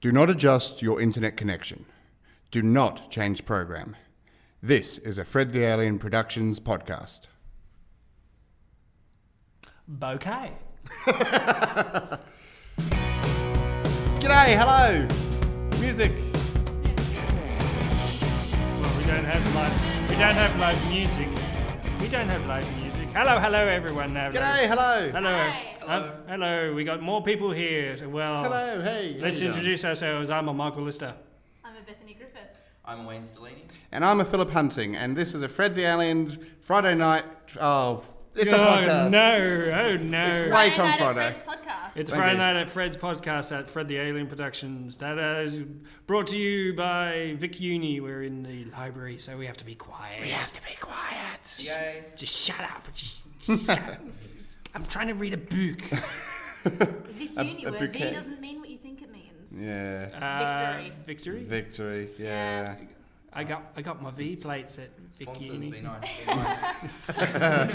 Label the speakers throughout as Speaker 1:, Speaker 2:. Speaker 1: Do not adjust your internet connection. Do not change program. This is a Fred the Alien Productions podcast.
Speaker 2: Bouquet.
Speaker 1: G'day, hello! Music!
Speaker 2: Well, we don't have live. We don't have live music. We don't have live music. Hello, hello, everyone. Now.
Speaker 1: G'day, hello!
Speaker 2: Hello. Um, hello. We got more people here. Well,
Speaker 1: Hello, hey! how
Speaker 2: let's
Speaker 1: you doing?
Speaker 2: introduce ourselves. I'm a Michael Lister.
Speaker 3: I'm a Bethany Griffiths.
Speaker 4: I'm Wayne Stellini.
Speaker 1: And I'm a Philip Hunting, and this is a Fred the Alien's Friday night. Oh, it's a
Speaker 2: oh
Speaker 1: podcast.
Speaker 2: no! Oh no!
Speaker 1: It's- Late on
Speaker 3: Night at
Speaker 1: Friday.
Speaker 3: Fred's podcast.
Speaker 2: It's
Speaker 1: Thank
Speaker 2: Friday
Speaker 1: you.
Speaker 2: night at Fred's podcast at Fred the Alien Productions. That is brought to you by Vic Uni. We're in the library, so we have to be quiet.
Speaker 1: to be quiet.
Speaker 4: Yay.
Speaker 2: Just shut up. Just, just shut up. I'm trying to read a book.
Speaker 3: Vic
Speaker 1: a-
Speaker 3: Uni,
Speaker 1: a
Speaker 3: where
Speaker 1: bouquet.
Speaker 3: V doesn't mean what you think it means.
Speaker 1: Yeah.
Speaker 2: Uh,
Speaker 3: Victory.
Speaker 2: Victory.
Speaker 1: Victory, yeah.
Speaker 2: I got I got my V plates at
Speaker 4: Sponsors, be
Speaker 2: Bikini.
Speaker 4: nice. Be nice.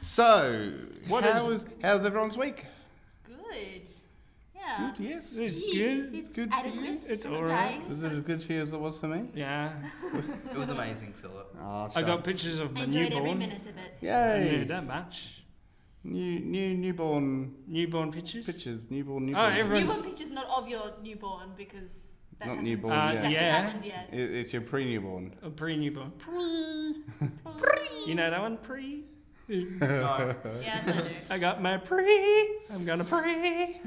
Speaker 1: So,
Speaker 2: What
Speaker 1: how
Speaker 2: is-
Speaker 1: is- how's everyone's week?
Speaker 3: It's good. Yeah.
Speaker 1: Good, yes.
Speaker 2: It's
Speaker 3: Jeez,
Speaker 2: good.
Speaker 3: It's
Speaker 1: Good for you.
Speaker 3: adequate.
Speaker 2: It's
Speaker 3: I'm not
Speaker 2: alright.
Speaker 3: dying.
Speaker 1: Was it as good for you as it was for me?
Speaker 2: Yeah,
Speaker 4: It was amazing, Philip.
Speaker 1: Oh,
Speaker 2: I got
Speaker 1: shucks.
Speaker 2: pictures of
Speaker 3: I
Speaker 2: my
Speaker 3: enjoyed every
Speaker 2: newborn.
Speaker 3: minute of it.
Speaker 2: Yeah,
Speaker 1: Yay!
Speaker 2: that much.
Speaker 1: New, new, newborn
Speaker 2: Newborn pictures.
Speaker 1: pictures, newborn,
Speaker 2: Oh,
Speaker 1: newborn.
Speaker 2: everyone.
Speaker 3: Newborn pictures, not of your newborn, because that
Speaker 1: Not
Speaker 3: hasn't
Speaker 1: newborn,
Speaker 2: Uh,
Speaker 3: exactly
Speaker 2: yeah.
Speaker 3: happened yet.
Speaker 1: It, it's your pre-newborn.
Speaker 2: A Oh, pre-newborn. You know that one pre.
Speaker 4: No.
Speaker 3: yes, I do.
Speaker 2: I got my pre. I'm gonna pre.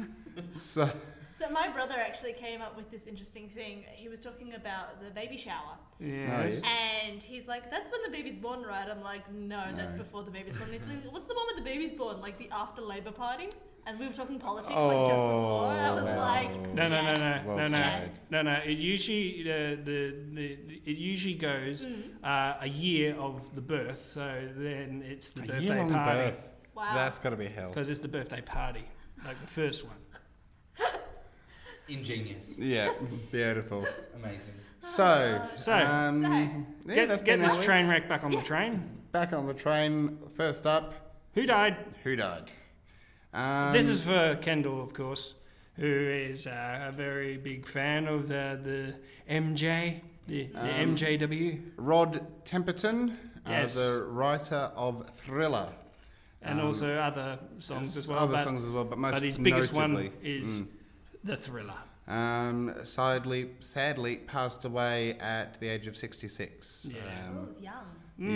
Speaker 1: So,
Speaker 3: So my brother actually came up with this interesting thing. He was talking about the baby shower.
Speaker 2: Yes.
Speaker 3: And he's like, that's when the baby's born, right? I'm like, no, that's before the baby's born. And he's like, what's the one with the baby's born? Like the after labor party? And we were talking politics like just before. And I was
Speaker 1: Oh.
Speaker 3: like,
Speaker 2: No, no, no,
Speaker 3: yes.
Speaker 2: no, no, no,
Speaker 3: Yes.
Speaker 2: no, no. It usually uh, the, the it usually goes
Speaker 3: Mm.
Speaker 2: uh, a year of the birth, so then it's the
Speaker 1: a
Speaker 2: birthday
Speaker 1: year-long
Speaker 2: party
Speaker 1: birth.
Speaker 3: Wow.
Speaker 1: That's got to be hell.
Speaker 2: because it's the birthday party, like the first one.
Speaker 4: Ingenious.
Speaker 1: Yeah, beautiful.
Speaker 4: Amazing.
Speaker 1: So,
Speaker 2: So,
Speaker 1: um,
Speaker 3: So.
Speaker 1: yeah, that's
Speaker 2: get get
Speaker 1: been
Speaker 2: this
Speaker 1: our
Speaker 2: train
Speaker 1: weeks.
Speaker 2: wreck back on the train.
Speaker 1: Back on the train. First up,
Speaker 2: Who died?
Speaker 1: who died? Um,
Speaker 2: this is for Kendall, of course, who is uh, a very big fan of the, the MJ, the, the
Speaker 1: Um,
Speaker 2: MJW,
Speaker 1: Rod Temperton,
Speaker 2: Yes.
Speaker 1: uh, the writer of Thriller.
Speaker 2: and also other songs as well.
Speaker 1: um, Other
Speaker 2: but,
Speaker 1: songs as well, but most
Speaker 2: but his biggest
Speaker 1: notably, Mm.
Speaker 2: one is the Thriller.
Speaker 1: Um, sadly, sadly passed away at the age of 66.
Speaker 2: Yeah. Hmm.
Speaker 3: Oh, it
Speaker 1: Um,
Speaker 3: was young.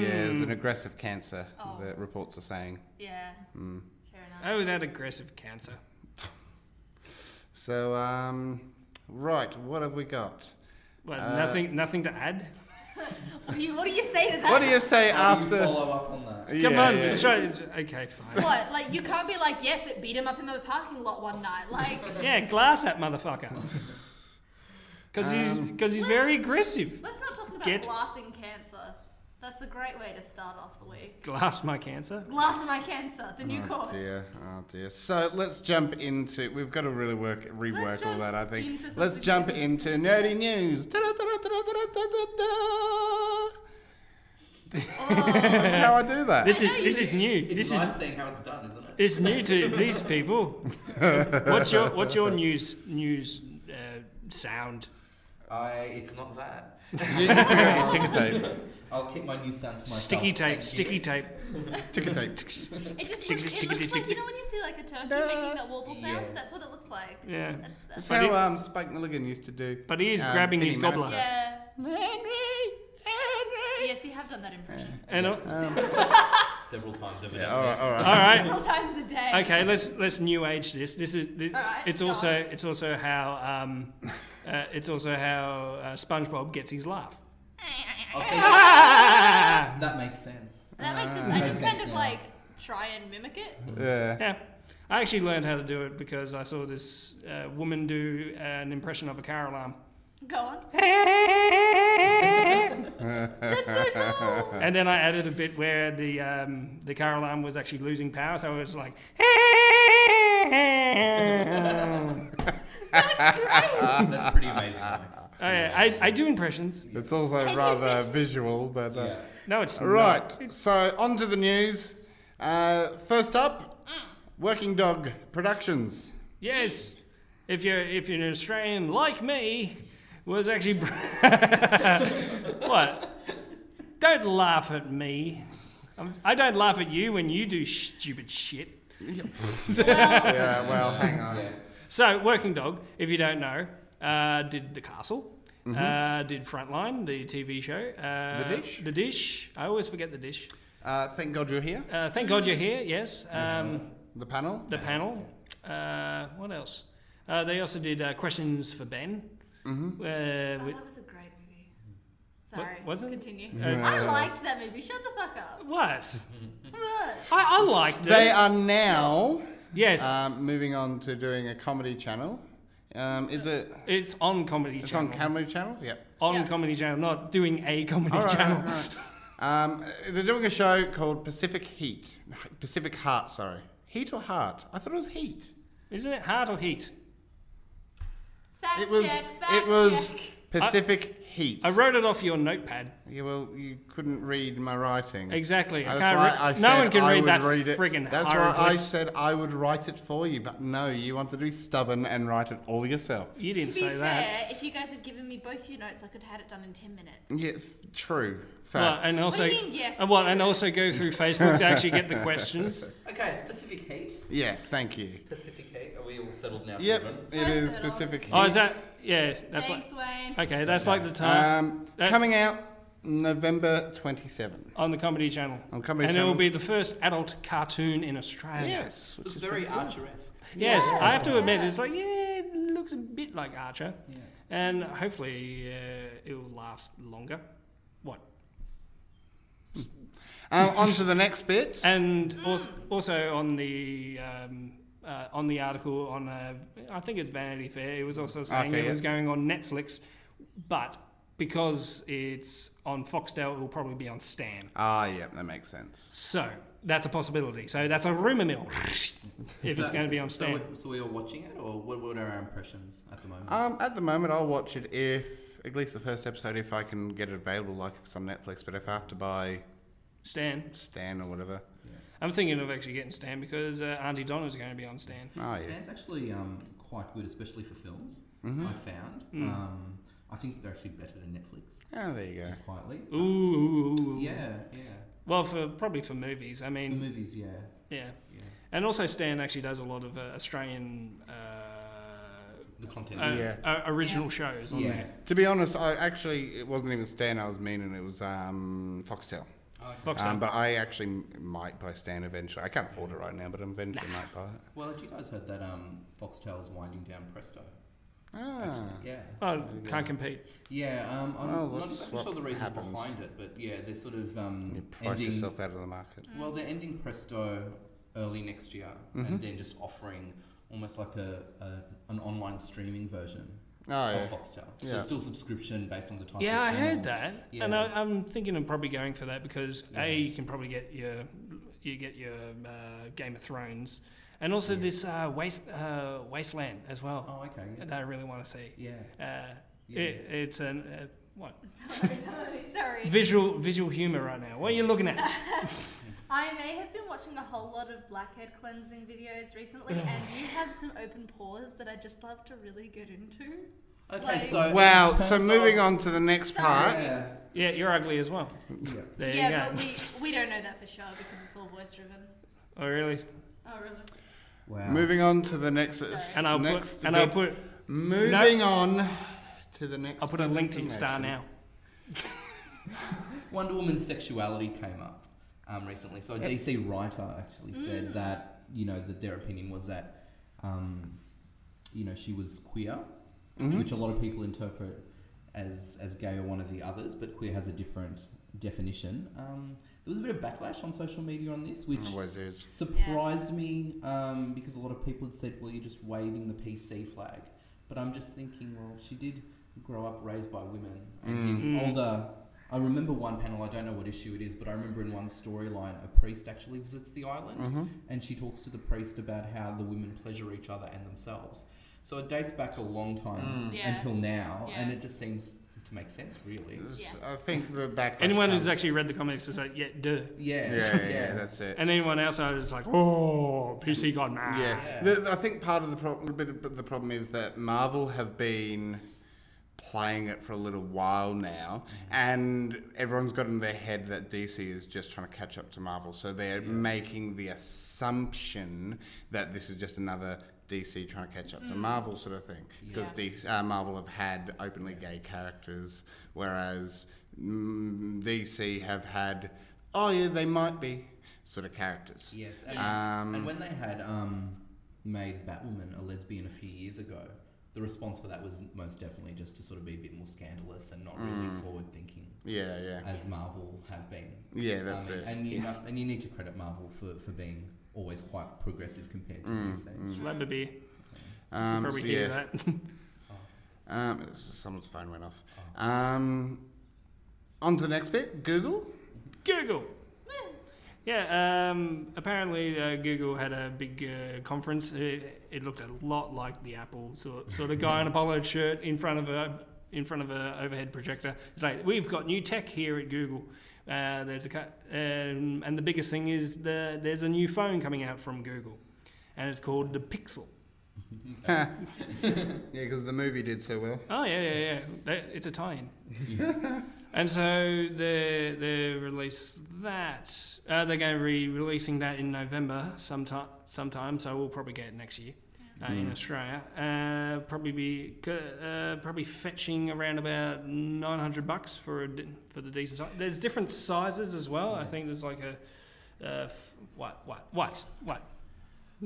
Speaker 1: Yeah, it was an
Speaker 2: Mm.
Speaker 1: aggressive cancer,
Speaker 3: Oh.
Speaker 1: the reports are saying.
Speaker 3: Yeah. Fair enough.
Speaker 2: Oh, that aggressive cancer.
Speaker 1: So, um, right, what have we got?
Speaker 2: Well,
Speaker 1: Uh,
Speaker 2: nothing, nothing to add.
Speaker 3: What do, you, what do you say to that?
Speaker 1: Hmm. What do you say
Speaker 4: How do
Speaker 1: after?
Speaker 4: you follow up on that?
Speaker 2: Come
Speaker 1: Yeah,
Speaker 2: on,
Speaker 1: yeah.
Speaker 2: try- okay, fine.
Speaker 3: What? Like, you can't be like, yes, it beat him up in the parking lot one night. Like,
Speaker 2: yeah, glass that motherfucker. Because he's
Speaker 1: Um,
Speaker 2: because he's very aggressive.
Speaker 3: let's not talk about
Speaker 2: Get-
Speaker 3: glassing cancer. That's a great way to start off the week.
Speaker 2: Glass my cancer.
Speaker 3: Glass my cancer, the new
Speaker 1: Oh
Speaker 3: course.
Speaker 1: dear, oh dear. So let's jump into. We've got to really work, rework all
Speaker 3: jump
Speaker 1: that. I think.
Speaker 3: into
Speaker 1: Let's
Speaker 3: something
Speaker 1: jump
Speaker 3: business.
Speaker 1: into nerdy news. Da-da-da-da-da-da-da-da-da.
Speaker 3: Oh.
Speaker 1: That's how I do that.
Speaker 2: This is
Speaker 3: know you
Speaker 2: this is
Speaker 3: do.
Speaker 2: new.
Speaker 4: It's
Speaker 2: This
Speaker 4: nice
Speaker 2: is
Speaker 4: seeing how it's done, isn't it?
Speaker 2: it's new to these people. what's your what's your news news uh, sound?
Speaker 4: I. It's not that.
Speaker 1: you, you got your ticker tape.
Speaker 4: I'll keep my new sound to myself.
Speaker 2: Sticky tape.
Speaker 4: Thank you.
Speaker 2: Sticky tape.
Speaker 1: Ticker tape.
Speaker 3: It just looks, it looks like you know when you see like a turkey making that warble sound.
Speaker 4: Yes.
Speaker 3: That's what it looks like.
Speaker 2: Yeah.
Speaker 3: That's, that's
Speaker 1: That's
Speaker 2: But
Speaker 1: how
Speaker 2: it-
Speaker 1: um, Spike Milligan used to do.
Speaker 2: But he is
Speaker 1: um,
Speaker 2: grabbing his
Speaker 1: Benny
Speaker 2: gobbler.
Speaker 3: yeah.
Speaker 1: Henry, Henry.
Speaker 3: Yes, you have done that impression
Speaker 2: And uh,
Speaker 4: Several times over
Speaker 1: All right, all right.
Speaker 2: all right.
Speaker 3: several times a day.
Speaker 2: Okay, let's let's new age this. This is thi-
Speaker 3: All right,
Speaker 2: it's
Speaker 3: go
Speaker 2: also
Speaker 3: on.
Speaker 2: it's also how um, uh, it's also how uh, SpongeBob gets his laugh.
Speaker 4: I'll say that. that makes sense.
Speaker 3: That makes sense. I
Speaker 4: Makes
Speaker 3: just kind
Speaker 4: sense
Speaker 3: of
Speaker 4: now.
Speaker 3: like try and mimic it.
Speaker 1: Yeah.
Speaker 2: Yeah, I actually learned how to do it because I saw this uh, woman do an impression of a car alarm,
Speaker 3: Go on.
Speaker 2: and
Speaker 3: That's so cool.
Speaker 2: then I added a bit where the um, the car alarm was actually losing power, so I was like.
Speaker 4: That's pretty amazing. though.
Speaker 2: I, oh, I, I do impressions.
Speaker 1: It's also
Speaker 3: you
Speaker 1: rather
Speaker 3: miss-
Speaker 1: visual, but. Uh,
Speaker 4: Yeah.
Speaker 2: No, it's not.
Speaker 1: Right, so on to the news.
Speaker 3: Mm.
Speaker 1: Uh, first up, Working Dog Productions.
Speaker 2: Yes. if you're if you're an Australian like me, was actually br- what? Don't laugh at me. I'm, I don't laugh at you when you do stupid shit.
Speaker 1: Yeah, well, hang on.
Speaker 2: So, Working Dog, if you don't know, uh, did The Castle, uh, did Frontline, the TV show. Uh,
Speaker 1: Mm-hmm. The Dish?
Speaker 2: The Dish. I always forget The Dish.
Speaker 1: Uh, thank God you're here.
Speaker 2: Uh, thank God you're here, yes. Um,
Speaker 1: The panel.
Speaker 2: the panel. Uh, what else? Uh, they also did uh, Questions for Ben.
Speaker 1: Mm-hmm.
Speaker 2: Uh,
Speaker 3: Oh,
Speaker 2: with,
Speaker 3: that was a great movie.
Speaker 2: What-
Speaker 3: Sorry.
Speaker 2: was it?
Speaker 3: Continue.
Speaker 2: Uh,
Speaker 3: I liked that movie. Shut the fuck up.
Speaker 2: what?
Speaker 3: Ugh.
Speaker 2: I, I liked
Speaker 1: They
Speaker 2: it.
Speaker 1: are now
Speaker 2: Yes,
Speaker 1: um, moving on to doing a comedy channel. Um, is it?
Speaker 2: it's on Comedy
Speaker 1: It's
Speaker 2: Channel.
Speaker 1: on Comedy Channel. Yep.
Speaker 2: On
Speaker 3: Yeah.
Speaker 2: Comedy Channel, not doing a Comedy
Speaker 1: All right,
Speaker 2: Channel.
Speaker 1: all right, all right. Um, they're doing a show called Pacific Heat, Pacific Heart. Sorry, Heat or Heart? I thought it was Heat.
Speaker 2: Isn't it Heart or Heat?
Speaker 3: Fact
Speaker 1: It was.
Speaker 3: check. Fact
Speaker 1: it was
Speaker 3: check.
Speaker 1: Pacific Heat.
Speaker 2: I wrote it off your notepad.
Speaker 1: Yeah, well, you couldn't read my writing.
Speaker 2: Exactly. I
Speaker 1: That's
Speaker 2: can't
Speaker 1: why
Speaker 2: re-
Speaker 1: I
Speaker 2: no
Speaker 1: said
Speaker 2: one can
Speaker 1: I
Speaker 2: read
Speaker 1: would
Speaker 2: that
Speaker 1: read it.
Speaker 2: friggin'
Speaker 1: That's why I
Speaker 2: hieroglyphs.
Speaker 1: said I would write it for you, but no, you want to be stubborn and write it all yourself.
Speaker 2: You
Speaker 3: To
Speaker 2: didn't
Speaker 3: be
Speaker 2: say
Speaker 3: fair,
Speaker 2: that.
Speaker 3: if you guys had given me both your notes, I could have had it done in ten minutes.
Speaker 1: Yeah, f- true.
Speaker 2: Well,
Speaker 1: Fact.
Speaker 2: and also,
Speaker 3: What do you mean, yes,
Speaker 2: uh, well, and
Speaker 3: sure.
Speaker 2: also go through Facebook to actually get the questions.
Speaker 4: Okay, it's Pacific Heat.
Speaker 1: yes, thank you.
Speaker 4: Pacific Heat. Are we all settled now,
Speaker 1: Yep,
Speaker 4: children?
Speaker 1: it is
Speaker 3: Settle.
Speaker 1: Pacific Heat.
Speaker 2: Oh, is that? Yeah, that's like.
Speaker 3: Thanks, Wayne.
Speaker 2: Okay, that's like the time
Speaker 1: Um,
Speaker 2: Uh,
Speaker 1: coming out November 27.
Speaker 2: on the Comedy Channel.
Speaker 1: On Comedy
Speaker 2: and it
Speaker 1: Channel.
Speaker 2: will be the first adult cartoon in Australia.
Speaker 1: Yes.
Speaker 4: It was very Archer-esque.
Speaker 2: Yes, I have to admit,
Speaker 3: Yeah.
Speaker 2: it's like, yeah, it looks a bit like Archer. And hopefully uh, it will last longer. What?
Speaker 1: Um, on to the next bit.
Speaker 2: And also, also on the um, uh, on the article on uh, I think it's Vanity Fair. It was also saying
Speaker 1: Okay,
Speaker 2: it
Speaker 1: yeah.
Speaker 2: was going on Netflix, but because it's on Foxtel, it will probably be on Stan.
Speaker 1: Ah, yeah, that makes sense.
Speaker 2: So that's a possibility. So that's a rumor mill. if it's
Speaker 4: So-
Speaker 2: going to be on
Speaker 4: so
Speaker 2: Stan,
Speaker 4: we- So we all watching it, or what were our impressions at the moment?
Speaker 1: Um, at the moment, I'll watch it if, at least the first episode, if I can get it available, like if it's on Netflix, but if I have to buy
Speaker 2: Stan.
Speaker 1: Stan or whatever.
Speaker 2: I'm thinking of actually getting Stan because uh, Auntie Donna's going to be on Stan.
Speaker 1: Oh, yeah.
Speaker 4: Stan's actually um, quite good, especially for films.
Speaker 1: Mm-hmm.
Speaker 4: I found. Um, I think they're actually better than Netflix.
Speaker 1: Oh, there you go.
Speaker 4: Just quietly.
Speaker 2: Ooh, ooh, ooh, ooh.
Speaker 4: Yeah, yeah.
Speaker 2: Well, for probably for movies. I
Speaker 4: The
Speaker 2: mean,
Speaker 4: movies, yeah,
Speaker 2: yeah.
Speaker 4: yeah.
Speaker 2: And also, Stan actually does a lot of uh, Australian uh,
Speaker 4: The content. Oh,
Speaker 2: uh,
Speaker 1: Yeah.
Speaker 2: uh, original shows on
Speaker 4: Yeah.
Speaker 2: there.
Speaker 1: To be honest, I actually it wasn't even Stan I was meaning. It was um, Foxtel.
Speaker 2: Fox
Speaker 1: Um, but I actually m- might buy Stan eventually. I can't afford it right now, but eventually might buy it.
Speaker 4: Well, had you guys heard that um, Foxtel's winding down Presto?
Speaker 1: Ah.
Speaker 4: Yeah.
Speaker 2: oh, can't compete.
Speaker 4: Yeah, um, I'm
Speaker 1: Well,
Speaker 4: not
Speaker 1: that's
Speaker 4: exactly
Speaker 1: what
Speaker 4: sure the reason
Speaker 1: happens.
Speaker 4: behind it, but yeah, they're sort of
Speaker 1: You
Speaker 4: um,
Speaker 1: price
Speaker 4: ending.
Speaker 1: yourself out of the market.
Speaker 4: Well, they're ending Presto early next year,
Speaker 1: Mm-hmm.
Speaker 4: and then just offering almost like a, a an online streaming version
Speaker 1: Oh, yeah.
Speaker 4: of Foxtel. So
Speaker 1: Yeah.
Speaker 4: it's still subscription based on the types
Speaker 2: Yeah,
Speaker 4: of
Speaker 2: I heard
Speaker 4: channels.
Speaker 2: that,
Speaker 4: Yeah.
Speaker 2: and I, I'm thinking of probably going for that because a
Speaker 4: Yeah.
Speaker 2: you can probably get your you get your uh, Game of Thrones, and also this uh, waste uh, Wasteland as well
Speaker 4: Oh, okay. Yeah.
Speaker 2: that I really want to see.
Speaker 4: Yeah.
Speaker 2: Uh,
Speaker 4: Yeah.
Speaker 2: it, it's an uh, what
Speaker 3: Sorry, no, sorry.
Speaker 2: visual visual humor right now. What are you looking at?
Speaker 3: I may have been watching a whole lot of blackhead cleansing videos recently, and you have some open pores that I just love to really get into.
Speaker 4: Okay,
Speaker 3: Like-
Speaker 4: so. in
Speaker 1: Wow. So
Speaker 4: terms
Speaker 1: moving
Speaker 4: of-
Speaker 1: on to the next
Speaker 3: Sorry.
Speaker 1: part.
Speaker 4: Yeah.
Speaker 2: yeah, you're ugly as well.
Speaker 4: yeah.
Speaker 2: There you
Speaker 3: yeah,
Speaker 2: go.
Speaker 3: but we, we don't know that for sure because it's all voice driven.
Speaker 2: oh really?
Speaker 3: Oh, really?
Speaker 4: Wow.
Speaker 1: Moving on to the next.
Speaker 2: And I'll
Speaker 1: next
Speaker 2: put and I'll
Speaker 1: bit.
Speaker 2: put
Speaker 1: Moving on to the next.
Speaker 2: I'll put a
Speaker 1: bit of
Speaker 2: link to your star
Speaker 1: information.
Speaker 2: now.
Speaker 4: Wonder Woman's sexuality came up um, recently. So a DC writer actually said that you know that their opinion was that um, you know she was queer, which a lot of people interpret as as gay or one of the others, but queer has a different definition. Um, there was a bit of backlash on social media on this, which
Speaker 1: Always is.
Speaker 4: surprised me um, because a lot of people had said, "Well, you're just waving the PC flag," but I'm just thinking, well, she did grow up raised by women and
Speaker 2: Mm. Mm.
Speaker 4: did older. I remember one panel. I don't know what issue it is, but I remember in one storyline, a priest actually visits the island,
Speaker 1: Mm-hmm.
Speaker 4: and she talks to the priest about how the women pleasure each other and themselves. So it dates back a long time
Speaker 3: Mm. Yeah.
Speaker 4: until now,
Speaker 3: Yeah.
Speaker 4: and it just seems to makes sense, really.
Speaker 3: Yeah.
Speaker 1: I think the backlash.
Speaker 2: Anyone who's
Speaker 1: comes-
Speaker 2: actually read the comics is like, yeah, duh.
Speaker 4: Yeah,
Speaker 1: Yeah, yeah, yeah, that's it.
Speaker 2: And anyone outside is like, oh, PC got mad.
Speaker 1: Yeah, The, I think part of the problem, a bit of the problem is that Marvel have been playing it for a little while now, and everyone's got in their head that DC is just trying to catch up to Marvel, so they're making the assumption that this is just another. DC trying to catch up to Marvel, sort of thing, because
Speaker 3: Yeah.
Speaker 1: DC, uh, Marvel have had openly gay characters, whereas mm, DC have had, oh yeah, they might be sort of characters.
Speaker 4: Yes, and,
Speaker 1: Um,
Speaker 4: and when they had um, made Batwoman a lesbian a few years ago, the response for that was most definitely just to sort of be a bit more scandalous and not really
Speaker 1: Mm.
Speaker 4: forward thinking
Speaker 1: Yeah, yeah.
Speaker 4: as Marvel have been.
Speaker 1: Yeah, that's
Speaker 4: Um,
Speaker 1: it.
Speaker 4: And you know- and you need to credit Marvel for, for being always quite progressive compared to
Speaker 1: Mm,
Speaker 4: DC.
Speaker 2: Slab a beer.
Speaker 1: Um,
Speaker 2: Probably
Speaker 1: so
Speaker 2: hear
Speaker 1: yeah.
Speaker 2: that.
Speaker 1: Um, it's- someone's phone went off. Um, on to the next bit. Google.
Speaker 2: Google. Yeah, um, apparently uh, Google had a big uh, conference. It, it looked a lot like the Apple sort, sort of guy in a polo shirt in front of a in front of a overhead projector. It's like we've got new tech here at Google. Uh, there's a cu- um, and the biggest thing is the, there's a new phone coming out from Google, and it's called the Pixel.
Speaker 1: Yeah, because the movie did so well.
Speaker 2: Oh yeah, yeah, yeah. That, it's a tie-in. and so they they release that. Uh, they're going to be releasing that in November sometime. Sometime, so we'll probably get it next year uh,
Speaker 4: Mm.
Speaker 2: in Australia. Uh, probably be c- uh, probably fetching around about nine hundred bucks for a, d- for the decent size. There's different sizes as well. I think there's like a uh, f- what what what what.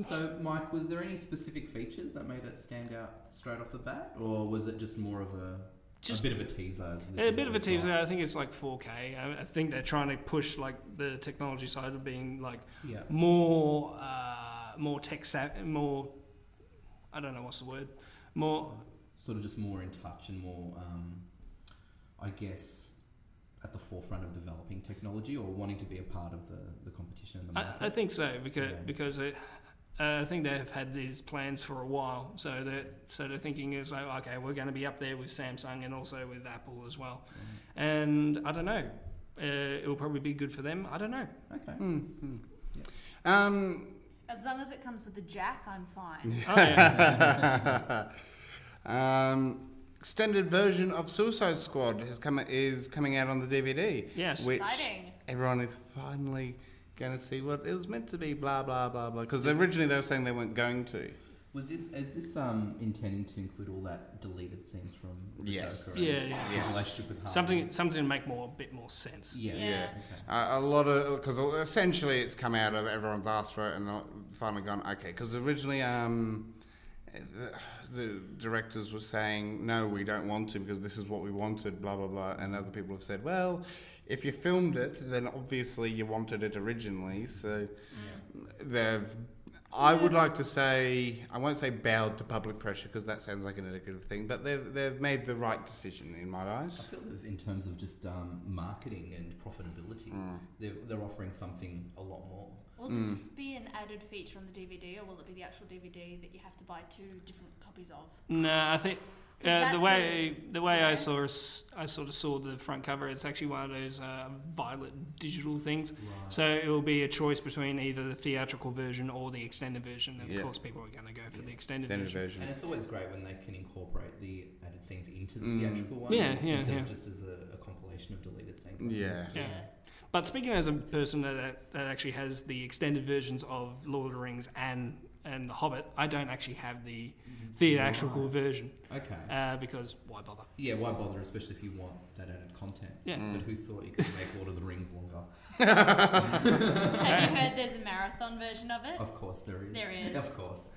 Speaker 4: So, Mike, was there any specific features that made it stand out straight off the bat, or was it just more of a
Speaker 2: Just-
Speaker 4: a bit of a teaser? so this
Speaker 2: Yeah, a
Speaker 4: is
Speaker 2: bit of
Speaker 4: what
Speaker 2: a
Speaker 4: it's like?
Speaker 2: teaser. I think it's like 4K. I, I think they're trying to push like the technology side of being like
Speaker 4: Yeah.
Speaker 2: more, uh, more tech savvy, more. I don't know what's the word. More.
Speaker 4: sort of just more in touch and more, um, I guess, at the forefront of developing technology or wanting to be a part of the, the competition and the
Speaker 2: I,
Speaker 4: market.
Speaker 2: I think so because
Speaker 4: Yeah.
Speaker 2: because it, uh, I think they've had these plans for a while. So they so they're thinking is like okay, we're going to be up there with Samsung and also with Apple as well. And I don't know. Uh, it'll probably be good for them. I don't know.
Speaker 4: okay.
Speaker 1: Um,
Speaker 3: As long as it comes with a jack, I'm fine.
Speaker 2: Oh, yeah.
Speaker 1: um, extended version of Suicide Squad has come is coming out on the DVD.
Speaker 2: Yes.
Speaker 1: which
Speaker 3: Exciting.
Speaker 1: everyone is finally going to see what it was meant to be. Blah blah blah blah. Because originally they were saying they weren't going to.
Speaker 4: Was this is this um intending to include all that deleted scenes from the
Speaker 1: Yes.
Speaker 4: Joker
Speaker 2: Yeah,
Speaker 4: and
Speaker 2: yeah.
Speaker 4: his relationship with Harvey?
Speaker 2: something something to make more a bit more sense.
Speaker 4: Yeah.
Speaker 3: Yeah.
Speaker 1: Yeah. Uh, a lot of because essentially it's come out of everyone's asked for it and they're finally gone okay because originally um the, the directors were saying no we don't want to because this is what we wanted blah blah blah and other people have said well if you filmed it then obviously you wanted it originally so they've I would like to say I won't say bowed to public pressure because that sounds like a negative thing but they've they've made the right decision in my eyes
Speaker 4: I feel that in terms of just um, marketing and profitability,
Speaker 1: Mm.
Speaker 4: they're, they're offering something a lot more.
Speaker 3: Will this be an added feature on the DVD, or will it be the actual DVD that you have to buy two different copies of?
Speaker 2: No, I think
Speaker 3: 'Cause
Speaker 2: uh, the
Speaker 3: that's
Speaker 2: way the way I
Speaker 3: yeah.
Speaker 2: saw s- I sort of saw the front cover. It's actually one of those uh, violet digital things. So it will be a choice between either the theatrical version or the extended version. And
Speaker 1: Yeah.
Speaker 2: of course, people are going to go for the extended
Speaker 1: Extended
Speaker 2: version.
Speaker 1: version.
Speaker 4: And it's always great when they can incorporate the added scenes into the
Speaker 1: Mm.
Speaker 4: theatrical one.
Speaker 2: Yeah, yeah,
Speaker 4: Instead
Speaker 2: yeah.
Speaker 4: of just as a, a compilation of deleted scenes.
Speaker 1: yeah
Speaker 2: Yeah. But speaking as a person that, that actually has the extended versions of Lord of the Rings and and The Hobbit, I don't actually have the theatrical version
Speaker 4: Okay.
Speaker 2: uh, because why bother?
Speaker 4: Yeah, why bother, especially if you want that added content?
Speaker 2: Yeah.
Speaker 3: Mm.
Speaker 4: But who thought you could make Lord of the Rings longer?
Speaker 3: have you heard there's a marathon version of it?
Speaker 4: Of course there is.
Speaker 3: There is.
Speaker 4: Of course.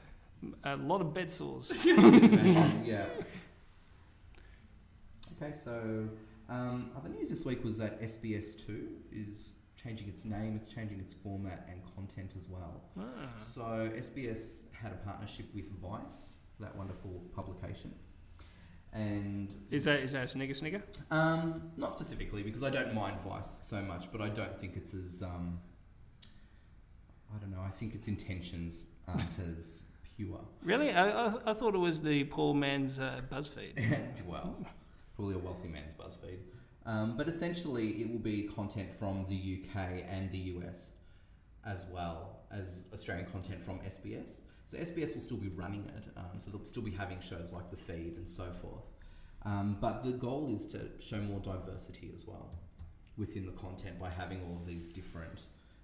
Speaker 2: A lot of bed sores.
Speaker 4: yeah. Okay, so um, other news this week was that SBS2 is changing its name, it's changing its format and content as well.
Speaker 3: Uh-huh.
Speaker 2: Ah.
Speaker 4: So SBS had a partnership with Vice, that wonderful publication. And
Speaker 2: Is that is that a snigger snigger?
Speaker 4: Um, not specifically because I don't mind Vice so much, but I don't think it's as um, I don't know. I think its intentions aren't as pure.
Speaker 2: Really? I, I, I thought it was the poor man's uh, BuzzFeed.
Speaker 4: well, probably a wealthy man's BuzzFeed. Um, but essentially, it will be content from the UK and the US, as well as Australian content from SBS. So SBS will still be running it, um, so they'll still be having shows like the feed and so forth. Um, but the goal is to show more diversity as well within the content by having all of these different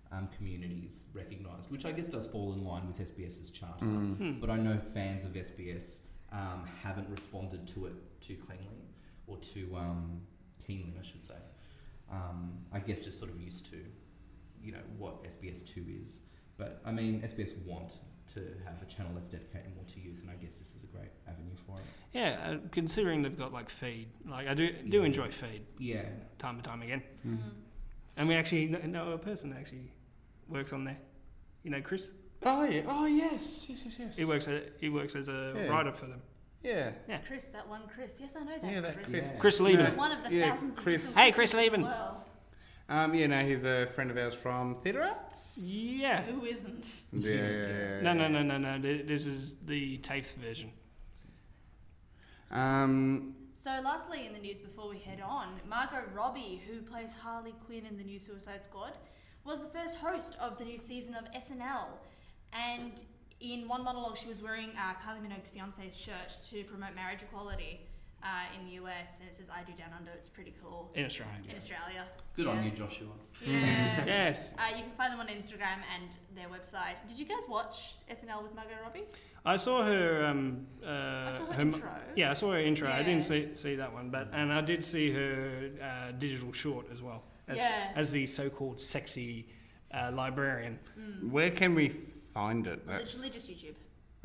Speaker 4: um, communities recognised, which I guess does fall in line with SBS's charter.
Speaker 2: Hmm.
Speaker 4: But I know fans of SBS um, haven't responded to it too cleanly or too um, keenly, I should say. Um, I guess just sort of used to, you know, what SBS Two is. But I mean, SBS want to have a channel that's dedicated more to youth, and I guess this is a great avenue for it.
Speaker 2: Yeah, uh, considering they've got like feed, like I do do
Speaker 4: Yeah.
Speaker 2: enjoy feed
Speaker 4: Yeah,
Speaker 2: time and time again.
Speaker 3: Mm.
Speaker 2: And we actually kn- know a person that actually works on there. You know, Chris.
Speaker 1: Oh yeah. Oh yes. Yes. Yes. Yes.
Speaker 2: He works. A, he works as a
Speaker 1: Yeah.
Speaker 2: writer for them.
Speaker 1: Yeah.
Speaker 3: Chris, that one Chris. Yes, I know that.
Speaker 1: Yeah, that
Speaker 3: Chris.
Speaker 1: Chris.
Speaker 4: Yeah.
Speaker 2: Chris Lieben.
Speaker 1: Yeah.
Speaker 3: One of the thousands
Speaker 1: Chris.
Speaker 3: of different
Speaker 2: Hey,
Speaker 3: Chrises
Speaker 2: Chris
Speaker 3: in the
Speaker 2: Lieben.
Speaker 3: world.
Speaker 1: Um, yeah, no, he's a friend of ours from Theatre Arts.
Speaker 2: Yeah.
Speaker 3: Who isn't?
Speaker 1: Yeah, yeah, yeah,
Speaker 2: No, no, no, no, no. th- This is the TAFE version.
Speaker 1: no. Um,
Speaker 3: So, lastly, in the news before we head on, Margot Robbie, who plays Harley Quinn in the new Suicide Squad, was the first host of the new season of SNL. And in one monologue, she was wearing uh, Kylie Minogue's fiance's shirt to promote marriage equality uh, in the US. And it says, I do down under. It's pretty cool.
Speaker 2: In Australia.
Speaker 3: In Australia.
Speaker 4: good on
Speaker 3: Yeah.
Speaker 4: you, Joshua.
Speaker 3: Yeah.
Speaker 2: Yes.
Speaker 3: Uh, you can find them on Instagram and their website. Did you guys watch SNL with Margot Robbie?
Speaker 2: I saw her. Um, uh,
Speaker 3: I saw her,
Speaker 2: her m-
Speaker 3: intro.
Speaker 2: Yeah, I saw her intro. I
Speaker 3: Yeah.
Speaker 2: didn't see, see that one, but and I did see her uh, digital short as well as,
Speaker 3: Yeah.
Speaker 2: as the so-called sexy uh, librarian.
Speaker 3: Uh-huh.
Speaker 1: where can we find it? That's,
Speaker 3: Literally just YouTube.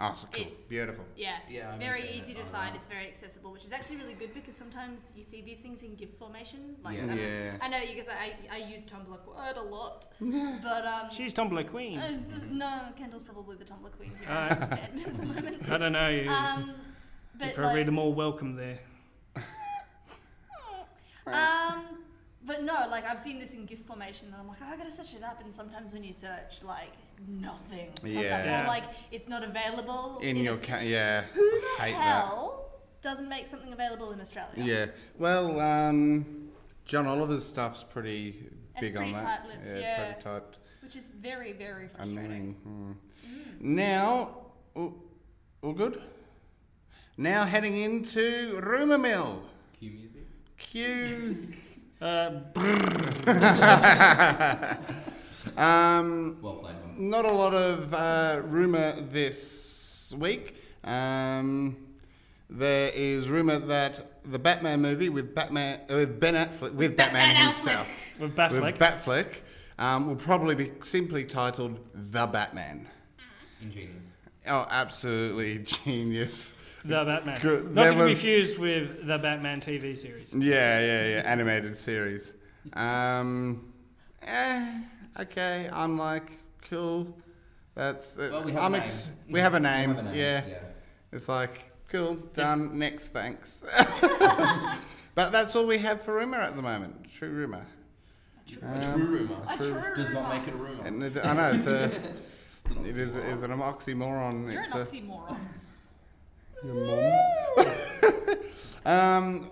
Speaker 1: oh, so cool.
Speaker 3: It's-
Speaker 1: Beautiful.
Speaker 3: Yeah.
Speaker 4: Yeah, I haven't
Speaker 3: very
Speaker 4: seen it
Speaker 3: easy to
Speaker 4: either.
Speaker 3: find. It's very accessible, which is actually really good because sometimes you see these things in GIF formation. Like
Speaker 4: Yeah.
Speaker 3: I, know-
Speaker 1: Yeah.
Speaker 3: I know you guys. I I use Tumblr quite a lot, but um.
Speaker 2: She's Tumblr queen.
Speaker 3: uh, d- no, Kendall's probably the Tumblr queen here
Speaker 2: Uh,
Speaker 3: instead at the moment.
Speaker 2: I don't know. You,
Speaker 3: Um,
Speaker 2: you're
Speaker 3: but
Speaker 2: probably
Speaker 3: like,
Speaker 2: the more welcome there.
Speaker 3: um, but no, like I've seen this in GIF formation, and I'm like, oh, I gotta search it up. And sometimes when you search, like nothing comes up,
Speaker 1: Yeah.
Speaker 3: or like it's not available
Speaker 1: In your
Speaker 3: Aus-
Speaker 1: ca- yeah.
Speaker 3: Who the
Speaker 1: Hate that.
Speaker 3: hell doesn't make something available in Australia?
Speaker 1: Yeah. Well, um, John Oliver's stuff's pretty
Speaker 3: That's
Speaker 1: big on
Speaker 3: pretty
Speaker 1: that.
Speaker 3: tight-lipped, yeah.
Speaker 1: pretty typed.
Speaker 3: Which is very, very frustrating.
Speaker 1: Annoying. Mm. Now, all, all good. Now heading into rumor mill.
Speaker 4: Cue music.
Speaker 1: Q.
Speaker 2: Uh,
Speaker 1: um,
Speaker 4: Well played. Mum.
Speaker 1: not a lot of uh, rumor this week. Um, there is rumor that the Batman movie with Batman uh, with Ben Affleck with Batman,
Speaker 3: Batman
Speaker 1: himself
Speaker 2: with Batfleck.
Speaker 1: with Batfleck um, will probably be simply titled The Batman.
Speaker 4: Ingenious.
Speaker 1: Oh, absolutely genius.
Speaker 2: the Batman.
Speaker 1: Good.
Speaker 2: Not
Speaker 1: There
Speaker 2: to be
Speaker 1: was-
Speaker 2: confused with the Batman TV series.
Speaker 1: Yeah, yeah, yeah. Animated series. Um, eh, okay. I'm like, cool. That's. uh,
Speaker 4: Well, we have
Speaker 1: I'm
Speaker 4: a name.
Speaker 1: we have a name.
Speaker 4: We have a name,
Speaker 1: Yeah.
Speaker 4: yeah.
Speaker 1: It's like, cool, done, next, thanks. but that's all we have for rumor at the moment. True rumor.
Speaker 4: a true rumor
Speaker 3: A true
Speaker 4: does not
Speaker 3: rumor.
Speaker 4: make it a rumor.
Speaker 1: Um, And it, I know it's a.
Speaker 4: It's an
Speaker 1: It is,
Speaker 4: oxymoron.
Speaker 1: is an oxymoron.
Speaker 3: You're an
Speaker 1: it's a-
Speaker 3: oxymoron.
Speaker 1: Your mom's. um,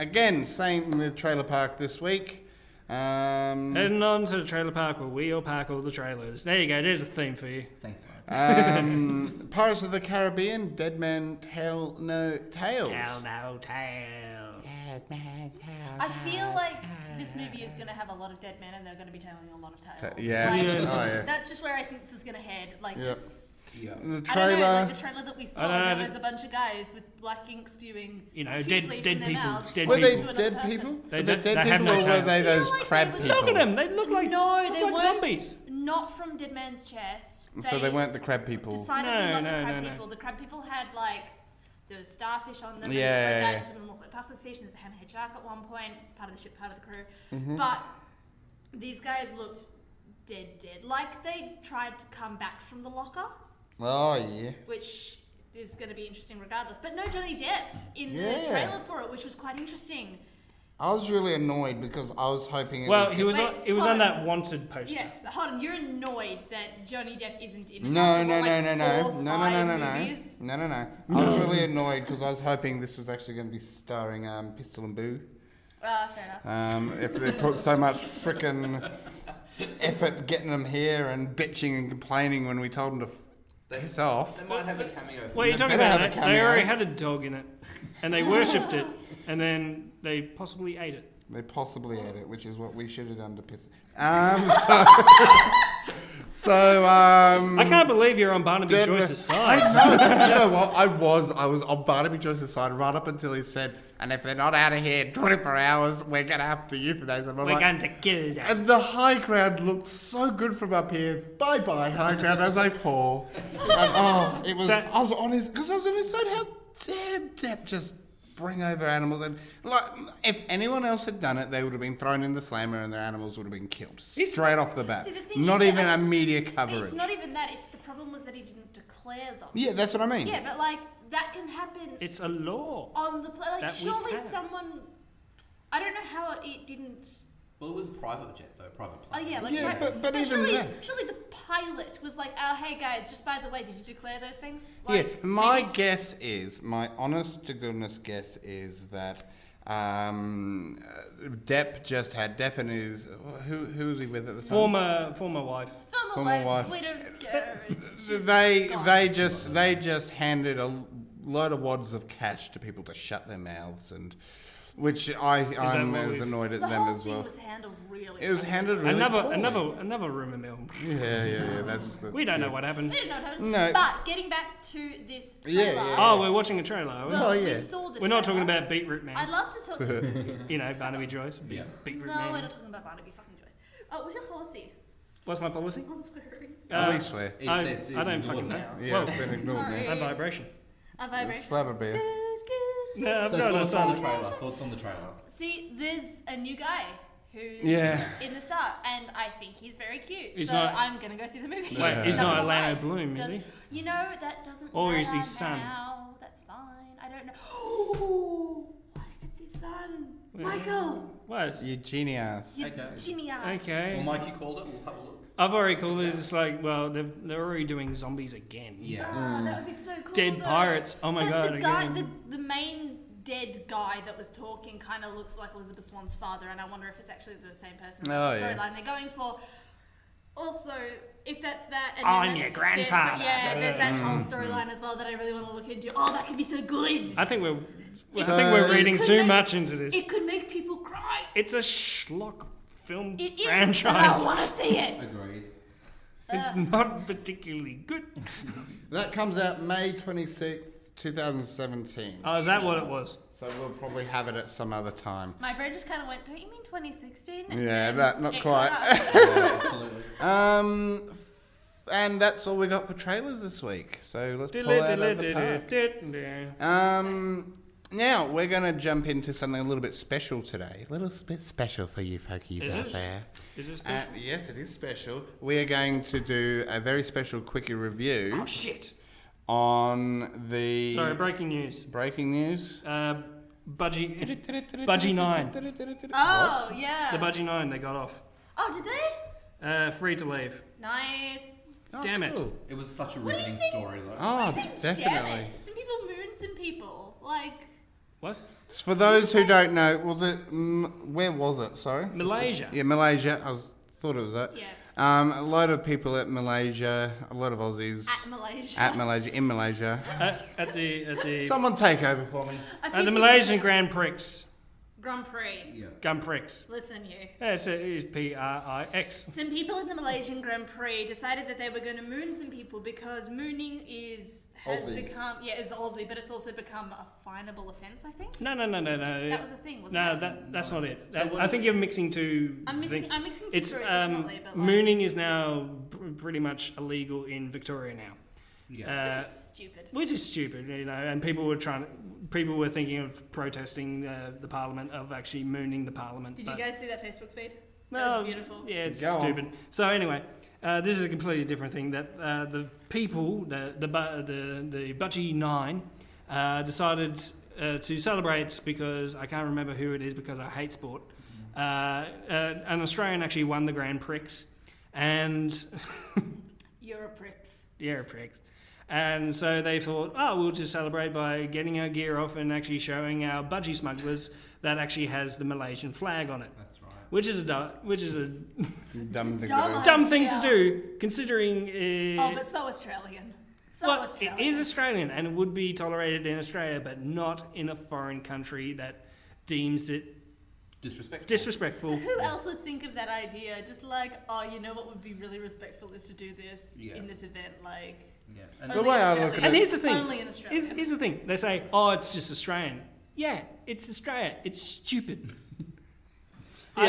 Speaker 1: again, same with Trailer Park this week. Um,
Speaker 2: Heading on to the trailer park where we'll park all the trailers. There you go. There's a theme for you.
Speaker 4: Thanks, mate.
Speaker 1: um, Pirates of the Caribbean, Dead Man Tell No Tales.
Speaker 2: no tale.
Speaker 3: I feel like this movie is going to have a lot of dead men and they're going to be telling a lot of tales.
Speaker 1: Ta- yeah.
Speaker 3: Like,
Speaker 2: Yeah.
Speaker 1: Oh, yeah.
Speaker 3: That's just where I think this is going to head. Like,
Speaker 1: Yep.
Speaker 3: this-
Speaker 4: Yeah.
Speaker 1: The
Speaker 3: I don't
Speaker 1: trailer.
Speaker 3: know, like the trailer that we saw,
Speaker 2: I don't know,
Speaker 3: there was
Speaker 2: the-
Speaker 3: a bunch of guys with black ink spewing
Speaker 2: You know,
Speaker 3: profusely
Speaker 2: dead- dead
Speaker 3: from their
Speaker 2: people,
Speaker 3: mouths
Speaker 2: dead
Speaker 1: were
Speaker 3: talking
Speaker 1: they
Speaker 2: people.
Speaker 3: to another
Speaker 1: dead
Speaker 3: person.
Speaker 1: people?
Speaker 2: They
Speaker 1: were
Speaker 2: don't-
Speaker 1: they
Speaker 2: they
Speaker 1: dead
Speaker 2: have
Speaker 1: people
Speaker 2: no
Speaker 1: or were
Speaker 2: tails.
Speaker 1: they
Speaker 3: I feel
Speaker 1: those
Speaker 3: like they
Speaker 1: crab
Speaker 3: were-
Speaker 1: people?
Speaker 2: Look at them. They look like
Speaker 3: No, they
Speaker 2: like
Speaker 3: weren't.
Speaker 2: zombies.
Speaker 3: Not from Dead Man's Chest.
Speaker 1: So they weren't the crab people.
Speaker 3: Decidedly
Speaker 2: No,
Speaker 3: not the
Speaker 2: no,
Speaker 3: crab
Speaker 2: no, no.
Speaker 3: people. The crab people had like there was starfish on them.
Speaker 1: Yeah, yeah,
Speaker 3: and
Speaker 1: yeah.
Speaker 3: stuff like that. Some of them looked like pufferfish. And there's a hammerhead shark at one point. Part of the ship, part of the crew.
Speaker 1: Mm-hmm.
Speaker 3: But these guys looked dead, dead. Like they tried to come back from the locker,
Speaker 1: Oh, yeah.
Speaker 3: which is going to be interesting regardless. But no Johnny Depp in
Speaker 1: Yeah.
Speaker 3: the trailer for it, which was quite interesting.
Speaker 1: I was really annoyed because I was hoping. It
Speaker 2: Well,
Speaker 1: was
Speaker 2: he was
Speaker 3: Wait,
Speaker 2: on, it was on
Speaker 3: hold on.
Speaker 2: that wanted poster.
Speaker 3: Yeah, but hold on. You're annoyed that Johnny Depp isn't in. it
Speaker 1: No,
Speaker 3: after,
Speaker 1: no,
Speaker 3: what,
Speaker 1: no,
Speaker 3: like,
Speaker 1: no, no,
Speaker 3: four,
Speaker 1: no, no, no,
Speaker 3: five
Speaker 1: no, no,
Speaker 3: movies?
Speaker 1: no, no, no. I was really annoyed because I was hoping this was actually going to be starring um, Pistol and Boo.
Speaker 3: Ah, fair enough.
Speaker 1: Um, if they put so much frickin' effort getting them here and bitching and complaining when we told them to
Speaker 4: They,
Speaker 1: piss off.
Speaker 4: they might have a cameo.
Speaker 2: What are you
Speaker 1: They
Speaker 2: talking
Speaker 1: better
Speaker 2: about?
Speaker 1: have a
Speaker 2: They- They already
Speaker 1: cameo.
Speaker 2: had a dog in it, and they worshipped it, and then they possibly ate it.
Speaker 1: They possibly ate it, which is what we should have done to piss. Um, so, so um,
Speaker 2: I can't believe you're on Barnaby
Speaker 1: Dead-
Speaker 2: Joyce's
Speaker 1: I
Speaker 2: side.
Speaker 1: know. you know what? I was. I was on Barnaby Joyce's side right up until he said, "And if they're not out of here in 24 hours, we're gonna have to euthanize them." I'm
Speaker 2: We're
Speaker 1: like,
Speaker 2: going to kill them.
Speaker 1: and the high ground looked so good from up here. Bye bye high ground as I fall. And, oh, it was.
Speaker 2: So-
Speaker 1: I was on his because I was on his side. How dare Depp just bring over animals? And like, if anyone else had done it, they would have been thrown in the slammer and their animals would have been killed straight off the bat.
Speaker 3: See, the thing
Speaker 1: Not
Speaker 3: is that
Speaker 1: even
Speaker 3: I-
Speaker 1: a media
Speaker 3: But
Speaker 1: coverage.
Speaker 3: It's not even that. It's the problem was that he didn't declare them.
Speaker 1: yeah, that's what I mean.
Speaker 3: Yeah, but like that can happen
Speaker 2: It's a law.
Speaker 3: on the play. Like
Speaker 2: That we
Speaker 3: surely
Speaker 2: have.
Speaker 3: someone. I don't know how it didn't.
Speaker 4: Well, it was private jet though, private
Speaker 3: Oh
Speaker 4: plane.
Speaker 3: yeah, like
Speaker 1: Yeah,
Speaker 3: right-
Speaker 1: but- but even
Speaker 3: surely,
Speaker 1: then-
Speaker 3: surely the pilot was like, "Oh hey guys, just by the way, did you declare those things?"
Speaker 1: Yeah,
Speaker 3: Like,
Speaker 1: my
Speaker 3: maybe-
Speaker 1: guess is, my honest to goodness guess is that um, uh, Depp just had Depp and his who who was he with at the time?
Speaker 2: Former former wife.
Speaker 3: Film
Speaker 1: From
Speaker 3: away,
Speaker 1: a wife.
Speaker 3: we don't care, it's just
Speaker 1: They
Speaker 3: gone.
Speaker 1: they just they just handed a load of wads of cash to people to shut their mouths and. Which I I'm
Speaker 2: what
Speaker 1: as
Speaker 2: we've-
Speaker 1: annoyed at
Speaker 3: the
Speaker 1: them
Speaker 3: whole
Speaker 1: as
Speaker 3: thing
Speaker 1: well.
Speaker 3: was handled really.
Speaker 1: It was
Speaker 3: well.
Speaker 1: handed really
Speaker 2: another
Speaker 1: poorly.
Speaker 2: another another rumor mill.
Speaker 1: Yeah, yeah, yeah. That's, that's
Speaker 2: We don't know
Speaker 1: good.
Speaker 2: what
Speaker 3: We
Speaker 2: happened.
Speaker 3: did not have
Speaker 1: No.
Speaker 3: But getting back to this
Speaker 1: Yeah,
Speaker 3: trailer.
Speaker 1: yeah,
Speaker 2: Oh, we're watching a trailer. Are we?
Speaker 1: Well,
Speaker 3: Well,
Speaker 1: yeah.
Speaker 3: we saw the
Speaker 2: We're not talking
Speaker 3: trailer.
Speaker 2: about Beetroot Man.
Speaker 3: I'd love to talk to
Speaker 2: you know, Barnaby Joyce. Be-
Speaker 4: Yeah.
Speaker 2: Beetroot
Speaker 3: No, we're
Speaker 2: Man.
Speaker 3: not talking about Barnaby fucking Joyce. Oh, what's your policy
Speaker 2: What's my policy?
Speaker 3: on swearing?
Speaker 1: Oh,
Speaker 2: Uh,
Speaker 1: we swear.
Speaker 4: It's,
Speaker 2: I-
Speaker 4: it's,
Speaker 2: I don't
Speaker 4: ignored
Speaker 2: fucking know.
Speaker 4: now.
Speaker 1: Yeah,
Speaker 2: Well-
Speaker 1: it's been ignored.
Speaker 3: Sorry.
Speaker 1: man.
Speaker 2: and vibration.
Speaker 3: A vibration.
Speaker 1: Slab of beer.
Speaker 3: Good, good.
Speaker 2: No,
Speaker 4: So
Speaker 2: I've got
Speaker 4: thoughts on the
Speaker 2: it.
Speaker 4: trailer. Thoughts on the trailer.
Speaker 3: See, there's a new guy who's
Speaker 1: Yeah.
Speaker 3: in the start, and I think he's very cute.
Speaker 2: He's
Speaker 3: so
Speaker 2: not-
Speaker 3: I'm gonna go see the movie.
Speaker 2: Wait, he's
Speaker 3: Doesn't
Speaker 2: not
Speaker 3: apply.
Speaker 2: Orlando Bloom, is
Speaker 3: Does-
Speaker 2: he?
Speaker 3: You know that doesn't.
Speaker 2: Or is
Speaker 3: matter
Speaker 2: his son?
Speaker 3: Now. That's fine. I don't know. what if it's his son?
Speaker 2: Yeah.
Speaker 3: Michael.
Speaker 2: What?
Speaker 1: You genius.
Speaker 3: You
Speaker 4: Okay.
Speaker 3: genius.
Speaker 4: Well,
Speaker 2: Okay.
Speaker 4: Mike, you called it. We'll have a look.
Speaker 2: I've already called it. It's like, well, they've, they're already doing zombies again.
Speaker 4: Yeah.
Speaker 3: Ah, that would be so cool.
Speaker 2: Dead
Speaker 3: though.
Speaker 2: pirates. Oh my
Speaker 3: but
Speaker 2: god.
Speaker 3: The guy, the,
Speaker 2: again.
Speaker 3: the main dead guy that was talking kind of looks like Elizabeth Swann's father, and I wonder if it's actually the same person.
Speaker 1: Oh,
Speaker 3: That's the
Speaker 1: yeah.
Speaker 3: storyline they're going for. Also, if that's that, and
Speaker 2: I'm
Speaker 3: then
Speaker 2: your
Speaker 3: that's-
Speaker 2: grandfather.
Speaker 3: There's, yeah, there's that
Speaker 1: Mm.
Speaker 3: whole storyline as well that I really want to look into. Oh, that could be so good.
Speaker 2: I think we're. I
Speaker 1: So-
Speaker 2: think we're reading
Speaker 3: Could
Speaker 2: too
Speaker 3: make-
Speaker 2: much into this.
Speaker 3: It could make people cry.
Speaker 2: It's a schlock film
Speaker 3: It is. but I
Speaker 2: franchise.
Speaker 3: want to see it.
Speaker 4: Agreed.
Speaker 2: It's not particularly good.
Speaker 1: That comes out May 26th, 2017.
Speaker 2: Oh, is that what it was?
Speaker 1: So we'll probably have it at some other time.
Speaker 3: My brain just kind of went. Don't you mean 2016?
Speaker 1: Yeah, not, not quite.
Speaker 4: Yeah, absolutely.
Speaker 1: Um, and that's all we got for trailers this week. So let's pull out of the park. Um, now we're going to jump into something a little bit special today. A little bit special for you folkies
Speaker 2: Is
Speaker 1: out
Speaker 2: it?
Speaker 1: there.
Speaker 2: Is this
Speaker 1: Uh, yes, it is special. We are going to do a very special quickie review
Speaker 2: Oh shit!
Speaker 1: on the
Speaker 2: Sorry, breaking news.
Speaker 1: breaking news.
Speaker 2: Uh, Budgie,
Speaker 1: Budgie
Speaker 2: Nine.
Speaker 3: Oh yeah.
Speaker 2: the Budgie Nine, they got off.
Speaker 3: oh, did they?
Speaker 2: Uh, free to leave.
Speaker 3: Nice.
Speaker 2: Damn it.
Speaker 4: It was such a
Speaker 3: do you
Speaker 4: riveting
Speaker 3: think?
Speaker 4: story, though.
Speaker 1: Oh,
Speaker 3: Saying, Damn
Speaker 1: definitely.
Speaker 3: it. Some people moon some people. Like,
Speaker 2: What?
Speaker 1: So For those who don't know, was it m- where was it? Sorry.
Speaker 2: Malaysia.
Speaker 1: Yeah, Malaysia. I was thought it was that.
Speaker 3: yeah,
Speaker 1: Um, a lot of people at Malaysia, a lot of Aussies
Speaker 3: at Malaysia.
Speaker 1: at Malaysia in Malaysia.
Speaker 2: At, Uh, at the at the
Speaker 1: Someone take over for me.
Speaker 3: I
Speaker 2: at
Speaker 3: think
Speaker 2: the
Speaker 3: we-
Speaker 2: Malaysian Grand Prix.
Speaker 3: Grand Prix.
Speaker 4: Yeah.
Speaker 2: Grand Prix.
Speaker 3: Listen, you.
Speaker 2: Yeah, it's, a, it's P R I X.
Speaker 3: Some people in the Malaysian Grand Prix decided that they were going to moon some people because mooning is has
Speaker 1: Aussie.
Speaker 3: become yeah is Aussie, but it's also become a finable offence. I think
Speaker 2: No, no, no, no, no.
Speaker 3: that was a thing, wasn't
Speaker 2: no,
Speaker 3: it?
Speaker 2: that that's not it.
Speaker 4: So
Speaker 2: That-
Speaker 4: what
Speaker 2: I
Speaker 4: is-
Speaker 2: think you're mixing two.
Speaker 3: I'm mixing.
Speaker 2: things.
Speaker 3: I'm mixing two
Speaker 2: It's
Speaker 3: stories
Speaker 2: um,
Speaker 3: definitely, but like,
Speaker 2: mooning is now pr- pretty much illegal in Victoria now.
Speaker 4: Yeah.
Speaker 3: which
Speaker 2: Uh,
Speaker 3: is stupid.
Speaker 2: which is stupid, you know. And people were trying, people were thinking of protesting uh, the parliament, of actually mooning the parliament.
Speaker 3: Did
Speaker 2: but-
Speaker 3: you guys see that Facebook feed?
Speaker 2: No,
Speaker 3: that was beautiful.
Speaker 2: Yeah, it's
Speaker 1: Go on.
Speaker 2: stupid. So anyway, uh, this is a completely different thing. That uh, the people, the the bu- the the Budgie Nine, uh, decided uh, uh, to celebrate because I can't remember who it is because I hate sport. Uh,
Speaker 1: Mm-hmm.
Speaker 2: uh, an Australian actually won the Grand Prix, and
Speaker 3: You're a pricks.
Speaker 2: yeah, pricks. And so they thought, oh, we'll just celebrate by getting our gear off and actually showing our budgie smugglers that actually has the Malaysian flag on it,
Speaker 4: That's right.
Speaker 2: which is a du- which is a
Speaker 1: Dumb thing
Speaker 3: Dumb
Speaker 1: to do.
Speaker 2: dumb thing to
Speaker 3: Yeah.
Speaker 2: do considering. It,
Speaker 3: Oh, but so Australian. So
Speaker 2: well,
Speaker 3: Australian.
Speaker 2: it is Australian and it would be tolerated in Australia, but not in a foreign country that deems it
Speaker 4: Disrespectful.
Speaker 2: disrespectful.
Speaker 3: Who else would think of that idea? Just like, oh, you know what would be really respectful is to do this
Speaker 4: Yeah.
Speaker 3: in this event, like.
Speaker 4: yeah. And
Speaker 1: The
Speaker 3: only
Speaker 1: way
Speaker 3: in
Speaker 1: I look
Speaker 3: Australia.
Speaker 1: at
Speaker 2: And here's the thing.
Speaker 3: Only in Australia.
Speaker 2: Here's, here's the thing. They say, "Oh, it's just Australian." Yeah, it's Australia. It's stupid. I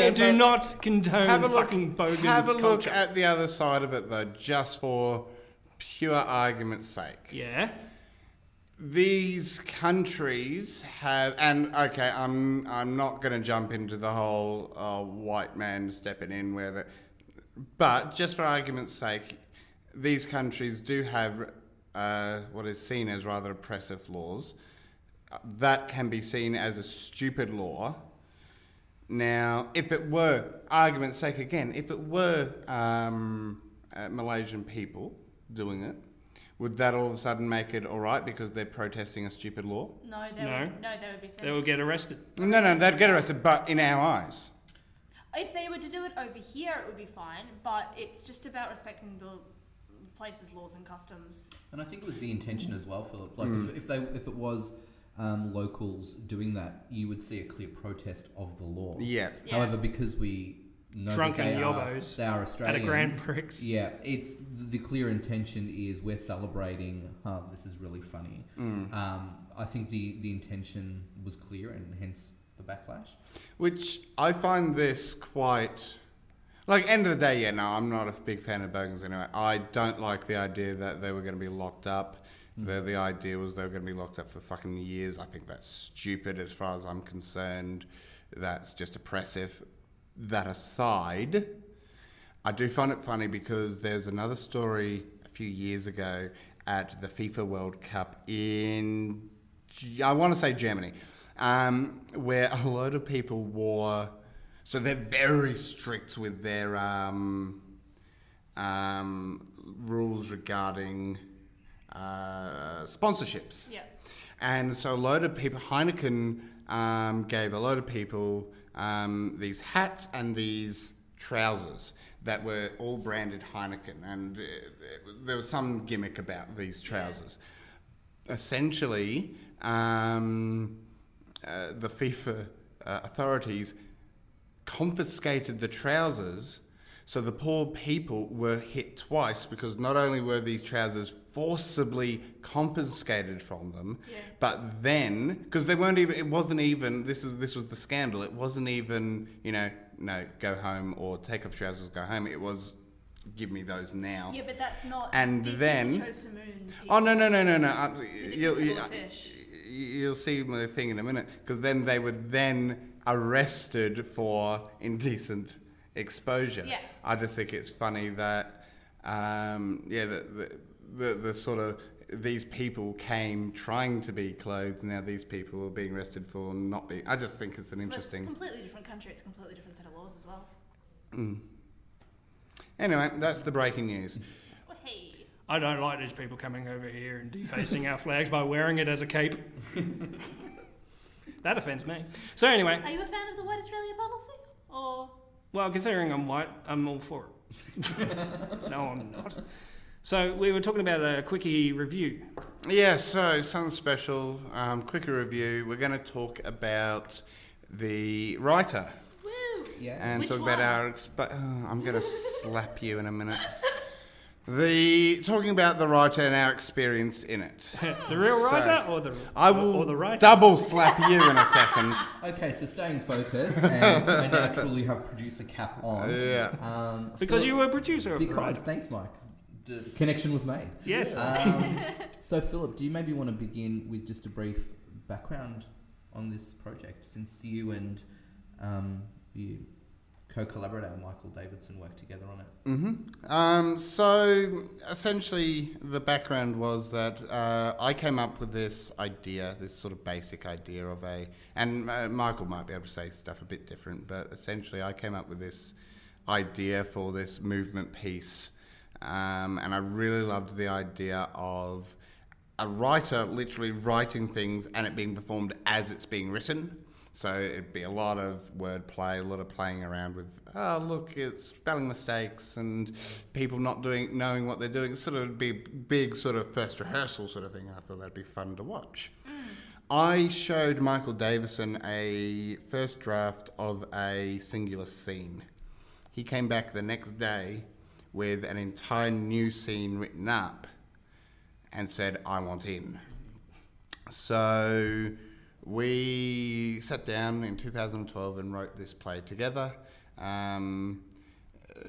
Speaker 1: Yeah,
Speaker 2: do
Speaker 1: but
Speaker 2: not condone
Speaker 1: Have a look,
Speaker 2: fucking bogan
Speaker 1: have a look
Speaker 2: culture.
Speaker 1: at the other side of it, though, just for pure argument's sake.
Speaker 2: yeah,
Speaker 1: these countries have and okay i'm i'm not going to jump into the whole uh, white man stepping in where the but just for argument's sake these countries do have uh, what is seen as rather oppressive laws Uh, that can be seen as a stupid law now, if it were, argument's sake again, if it were um, uh, Malaysian people doing it, would that all of a sudden make it all right because they're protesting a stupid law?
Speaker 3: no, they
Speaker 2: No.
Speaker 3: Would, no, they would be
Speaker 2: they will
Speaker 3: sentenced.
Speaker 2: get arrested.
Speaker 1: No, no, they'd get arrested, but in our eyes.
Speaker 3: If they were to do it over here, it would be fine. But it's just about respecting the place's laws and customs.
Speaker 4: And I think it was the intention as well, Philip. Like
Speaker 2: Mm.
Speaker 4: if, if they if it was um, locals doing that, you would see a clear protest of the law.
Speaker 1: Yeah.
Speaker 3: Yeah.
Speaker 4: However, because we know
Speaker 2: Drunken
Speaker 4: that they are,
Speaker 2: yobbos
Speaker 4: they are
Speaker 2: At a
Speaker 4: Australians.
Speaker 2: Grand Prix.
Speaker 4: Yeah, it's the clear intention is we're celebrating. Huh, this is really funny. Um, I think the the intention was clear, and hence the backlash.
Speaker 1: Which I find this quite. Like, end of the day, yeah, no, I'm not a big fan of Bogans anyway. I don't like the idea that they were going to be locked up. The, the idea was they were going to be locked up for fucking years. I think that's stupid as far as I'm concerned. That's just oppressive. That aside, I do find it funny because there's another story a few years ago at the FIFA World Cup in, G- I want to say Germany, um, where a load of people wore. So they're very strict with their um, um, rules regarding uh, sponsorships.
Speaker 3: Yeah.
Speaker 1: And so a load of people, Heineken um, gave a load of people um, these hats and these trousers that were all branded Heineken. And uh, it- there was some gimmick about these trousers. Essentially, um, uh, the FIFA uh, authorities confiscated the trousers. So the poor people were hit twice because not only were these trousers forcibly confiscated from them,
Speaker 3: Yeah.
Speaker 1: but then because they weren't even it wasn't even this is this was the scandal. It wasn't even, you know, no, go home or take off trousers, go home. It was give me those now.
Speaker 3: Yeah, but that's not.
Speaker 1: And
Speaker 3: these people
Speaker 1: then-
Speaker 3: chose to moon.
Speaker 1: Oh no no no no no! I,
Speaker 3: different
Speaker 1: you'll,
Speaker 3: kettle
Speaker 1: you,
Speaker 3: of fish.
Speaker 1: will see my thing in a minute because then they were then arrested for indecent exposure.
Speaker 3: Yeah.
Speaker 1: I just think it's funny that um, yeah the, the the the sort of these people came trying to be clothed now these people are being arrested for not being. I just think it's an
Speaker 3: But It's a
Speaker 1: interesting.
Speaker 3: completely different country. It's a completely different set of laws as well.
Speaker 1: Anyway, that's the breaking news.
Speaker 3: Well, hey.
Speaker 2: I don't like these people coming over here and defacing our flags by wearing it as a cape. that offends me. So anyway,
Speaker 3: Are you a fan of the White Australia policy? Or
Speaker 2: Well, considering I'm white, I'm all for it. no, I'm not. So we were talking about a quickie review.
Speaker 1: Yeah, so something special, um, quicker review. We're going to talk about the writer
Speaker 3: woo?
Speaker 4: Yeah.
Speaker 1: and
Speaker 3: Which
Speaker 1: talk
Speaker 3: one?
Speaker 1: about our. Exp- oh, I'm going to slap you in a minute. The talking about the writer and our experience in it.
Speaker 2: the real
Speaker 1: So,
Speaker 2: writer or the
Speaker 1: I will
Speaker 2: or the writer?
Speaker 1: double slap you in a second.
Speaker 4: Okay, so staying focused, and I naturally have producer cap on.
Speaker 1: Yeah.
Speaker 4: Um,
Speaker 2: because
Speaker 4: Philip-
Speaker 2: you were a producer of the
Speaker 4: Because
Speaker 2: writer.
Speaker 4: thanks, Mike. Connection was made.
Speaker 2: Yes.
Speaker 4: Um, so, Philip, do you maybe want to begin with just a brief background on this project, since you and um, you co-collaborator Michael Davidson worked together on it.
Speaker 1: hmm Um, so essentially, the background was that uh, I came up with this idea, this sort of basic idea of a, and uh, Michael might be able to say stuff a bit different, but essentially, I came up with this idea for this movement piece, um, and I really loved the idea of a writer literally writing things and it being performed as it's being written. So it'd be a lot of wordplay, a lot of playing around with, oh, look, it's spelling mistakes and people not doing, knowing what they're doing. Sort of be big, sort of first rehearsal sort of thing. I thought that'd be fun to watch. I showed Michael Davison a first draft of a singular scene. He came back the next day with an entire new scene written up and said, I want in. So we sat down in 2012 and wrote this play together. Um, uh,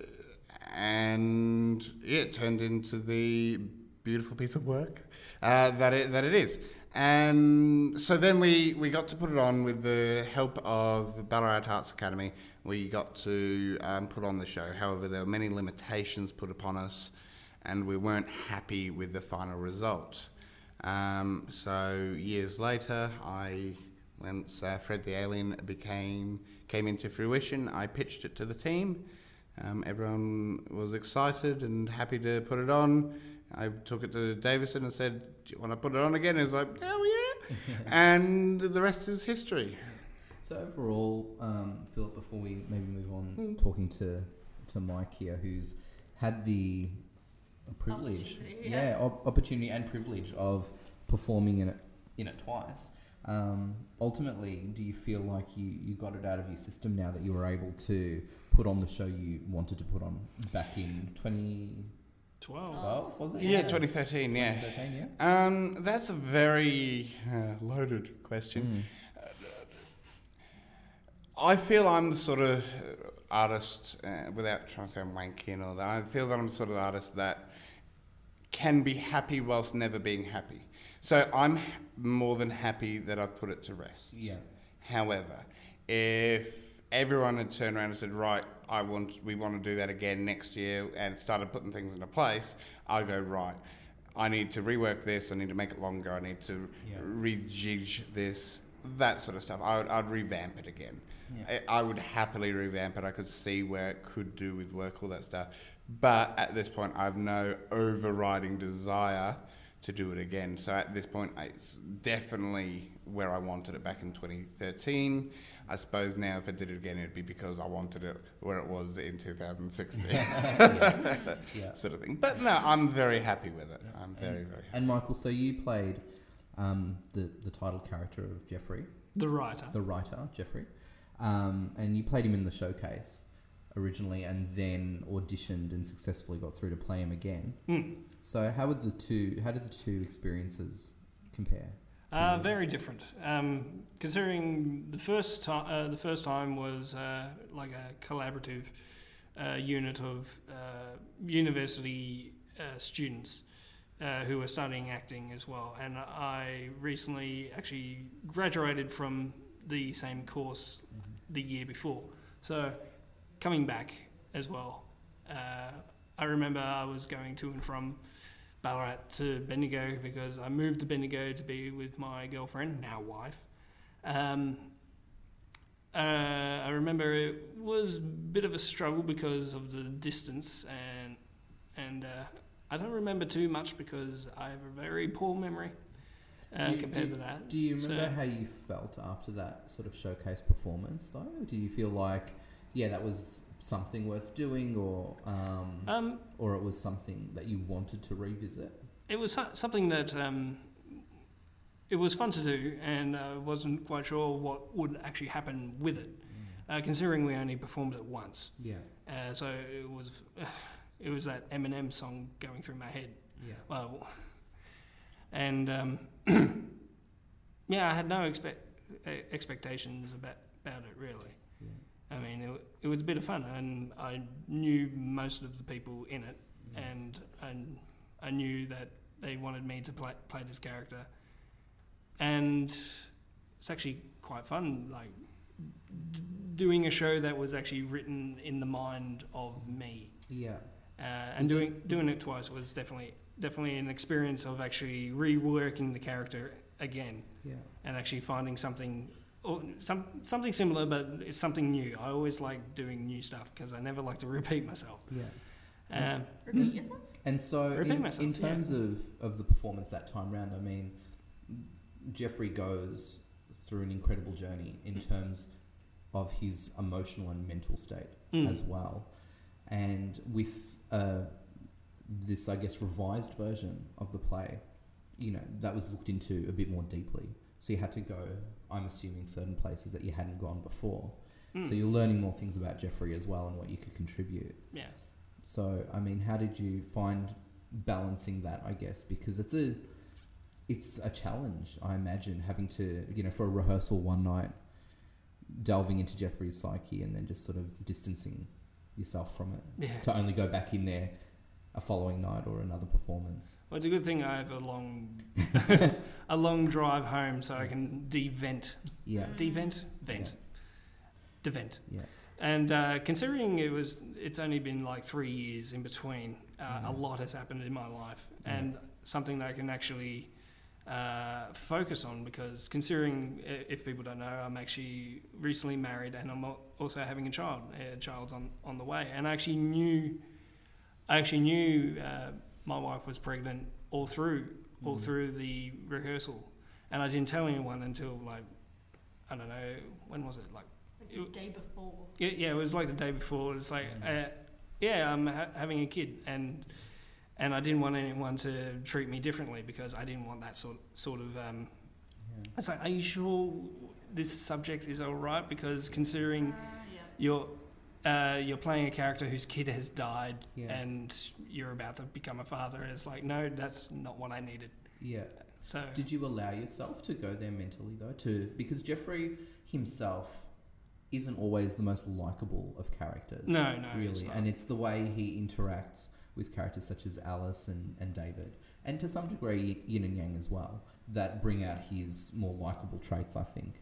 Speaker 1: and yeah, it turned into the beautiful piece of work uh, that, it, that it is. And so then we, we got to put it on with the help of the Ballarat Arts Academy. We got to um, put on the show. However, there were many limitations put upon us and we weren't happy with the final result. Um, so years later, I once uh, Fred the Alien became came into fruition, I pitched it to the team. Um, everyone was excited and happy to put it on. I took it to Davison and said, "Do you want to put it on again?" He's like, "Oh yeah!" and the rest is history.
Speaker 4: So overall, um, Philip, before we maybe move on,
Speaker 3: Hmm.
Speaker 4: talking to to Mike here, who's had the privilege,
Speaker 3: Opportunity, yeah.
Speaker 4: op- opportunity and privilege of performing in it in it twice. Um, ultimately, do you feel like you, you got it out of your system now that you were able to put on the show you wanted to put on back in 2012,
Speaker 2: Twelve.
Speaker 3: Oh.
Speaker 4: was it?
Speaker 1: Yeah, 2013. Yeah,
Speaker 4: 2013, yeah.
Speaker 1: um, that's a very uh, loaded question.
Speaker 4: Mm.
Speaker 1: I feel I'm the sort of uh, artist, uh, without trying to sound wanky and all that, I feel that I'm the sort of artist that can be happy whilst never being happy. So I'm h- more than happy that I've put it to rest.
Speaker 4: Yeah.
Speaker 1: However, if everyone had turned around and said, "Right, I want, we want to do that again next year," and started putting things into place, I go right. I need to rework this. I need to make it longer. I need to
Speaker 4: Yeah.
Speaker 1: rejig this, that sort of stuff. I would, I'd revamp it again.
Speaker 4: Yeah.
Speaker 1: I, I would happily revamp it. I could see where it could do with work, all that stuff. But at this point, I have no overriding desire to do it again. So at this point, I- it's definitely where I wanted it back in 2013. I suppose now if I did it again, it'd be because I wanted it where it was in 2016,
Speaker 4: yeah.
Speaker 1: sort of thing. But no, I'm very happy with it. I'm very, very happy.
Speaker 4: And Michael, so you played um, the the title character of Jeffrey,
Speaker 2: The writer.
Speaker 4: the writer Jeffrey, um, and you played him in the showcase originally, and then auditioned and successfully got through to play him again.
Speaker 2: Mm.
Speaker 4: So how would the two? How did the two experiences compare?
Speaker 2: Uh, very different. Um, considering the first time, uh, the first time was uh, like a collaborative uh, unit of uh, university uh, students uh, who were studying acting as well, and I recently actually graduated from the same course the year before. So coming back as well, uh, I remember I was going to and from Ballarat to Bendigo because I moved to Bendigo to be with my girlfriend, now wife. Um, uh, I remember it was a bit of a struggle because of the distance, and and uh, I don't remember too much because I have a very poor memory uh,
Speaker 4: Do you-
Speaker 2: compared to that.
Speaker 4: Do you remember
Speaker 2: So-
Speaker 4: how you felt after that sort of showcase performance, though? Do you feel like, yeah, that was something worth doing, or um,
Speaker 2: Um,
Speaker 4: or it was something that you wanted to revisit?
Speaker 2: it was so- something that um, it was fun to do, and I wasn't quite sure what would actually happen with it, uh, considering we only performed it once.
Speaker 4: Yeah,
Speaker 2: Uh, so it was, it was that Eminem song going through my head.
Speaker 4: yeah.
Speaker 2: Well, and um, yeah, I had no expect e- expectations about about it really.
Speaker 4: Yeah.
Speaker 2: I mean, it, w- it was a bit of fun, and I knew most of the people in it, and and I knew that they wanted me to play play this character, and it's actually quite fun. Like d- doing a show that was actually written in the mind of me.
Speaker 4: Yeah.
Speaker 2: Uh, and
Speaker 4: Was it-
Speaker 2: doing
Speaker 4: was
Speaker 2: doing it twice was definitely definitely an experience of actually reworking the character again
Speaker 4: Yeah.
Speaker 2: and actually finding something or some something similar but it's something new. I always like doing new stuff because I never like to repeat myself.
Speaker 4: Yeah.
Speaker 2: Um,
Speaker 3: Repeat yourself?
Speaker 4: And so,
Speaker 2: Repeat
Speaker 4: in,
Speaker 2: myself,
Speaker 4: in
Speaker 2: yeah.
Speaker 4: terms of, of the performance that time round, I mean, Jeffrey goes through an incredible journey in terms of his emotional and mental state
Speaker 2: mm.
Speaker 4: as well. And with uh, this, I guess, revised version of the play, you know, that was looked into a bit more deeply. So you had to go, I'm assuming, certain places that you hadn't gone before.
Speaker 2: Mm.
Speaker 4: So you're learning more things about Jeffrey as well and what you could contribute.
Speaker 2: yeah.
Speaker 4: So, I mean, how did you find balancing that, I guess? Because it's a it's a challenge, I imagine, having to, you know, for a rehearsal one night, delving into Jeffrey's psyche and then just sort of distancing yourself from it
Speaker 2: Yeah.
Speaker 4: to only go back in there a following night or another performance.
Speaker 2: Well, it's a good thing I have a long a long drive home so I can de-vent.
Speaker 4: Yeah.
Speaker 3: Mm.
Speaker 2: De-vent? Vent. De-vent.
Speaker 4: Yeah.
Speaker 2: And uh, considering it was, it's only been like three years in between. Uh, A
Speaker 4: Mhm.
Speaker 2: lot has happened in my life,
Speaker 4: Yeah.
Speaker 2: and something that I can actually uh, focus on. Because considering, i- if people don't know, I'm actually recently married, and I'm al- also having a child. A child's on on the way, and I actually knew, I actually knew uh, my wife was pregnant all through all
Speaker 4: Mhm.
Speaker 2: through the rehearsal, and I didn't tell anyone until like, I don't know when was it like.
Speaker 3: Like the day before.
Speaker 2: Yeah, yeah, it was like the day before. It's like,
Speaker 4: Mm.
Speaker 2: uh, yeah, I'm ha- having a kid, and and I didn't want anyone to treat me differently because I didn't want that sort sort of. Um,
Speaker 4: Yeah.
Speaker 2: it's like, are you sure this subject is all right? Because considering
Speaker 3: Uh, yeah.
Speaker 2: you're uh, you're playing a character whose kid has died,
Speaker 4: Yeah.
Speaker 2: and you're about to become a father, it's like, no, that's not what I needed.
Speaker 4: yeah.
Speaker 2: So
Speaker 4: Did you allow yourself to go there mentally though? To because Jeffrey himself isn't always the most likable of characters.
Speaker 2: no, no, it's
Speaker 4: really,
Speaker 2: not.
Speaker 4: and it's the way he interacts with characters such as Alice and, and David, and to some degree Yin and Yang as well, that bring out his more likable traits. I think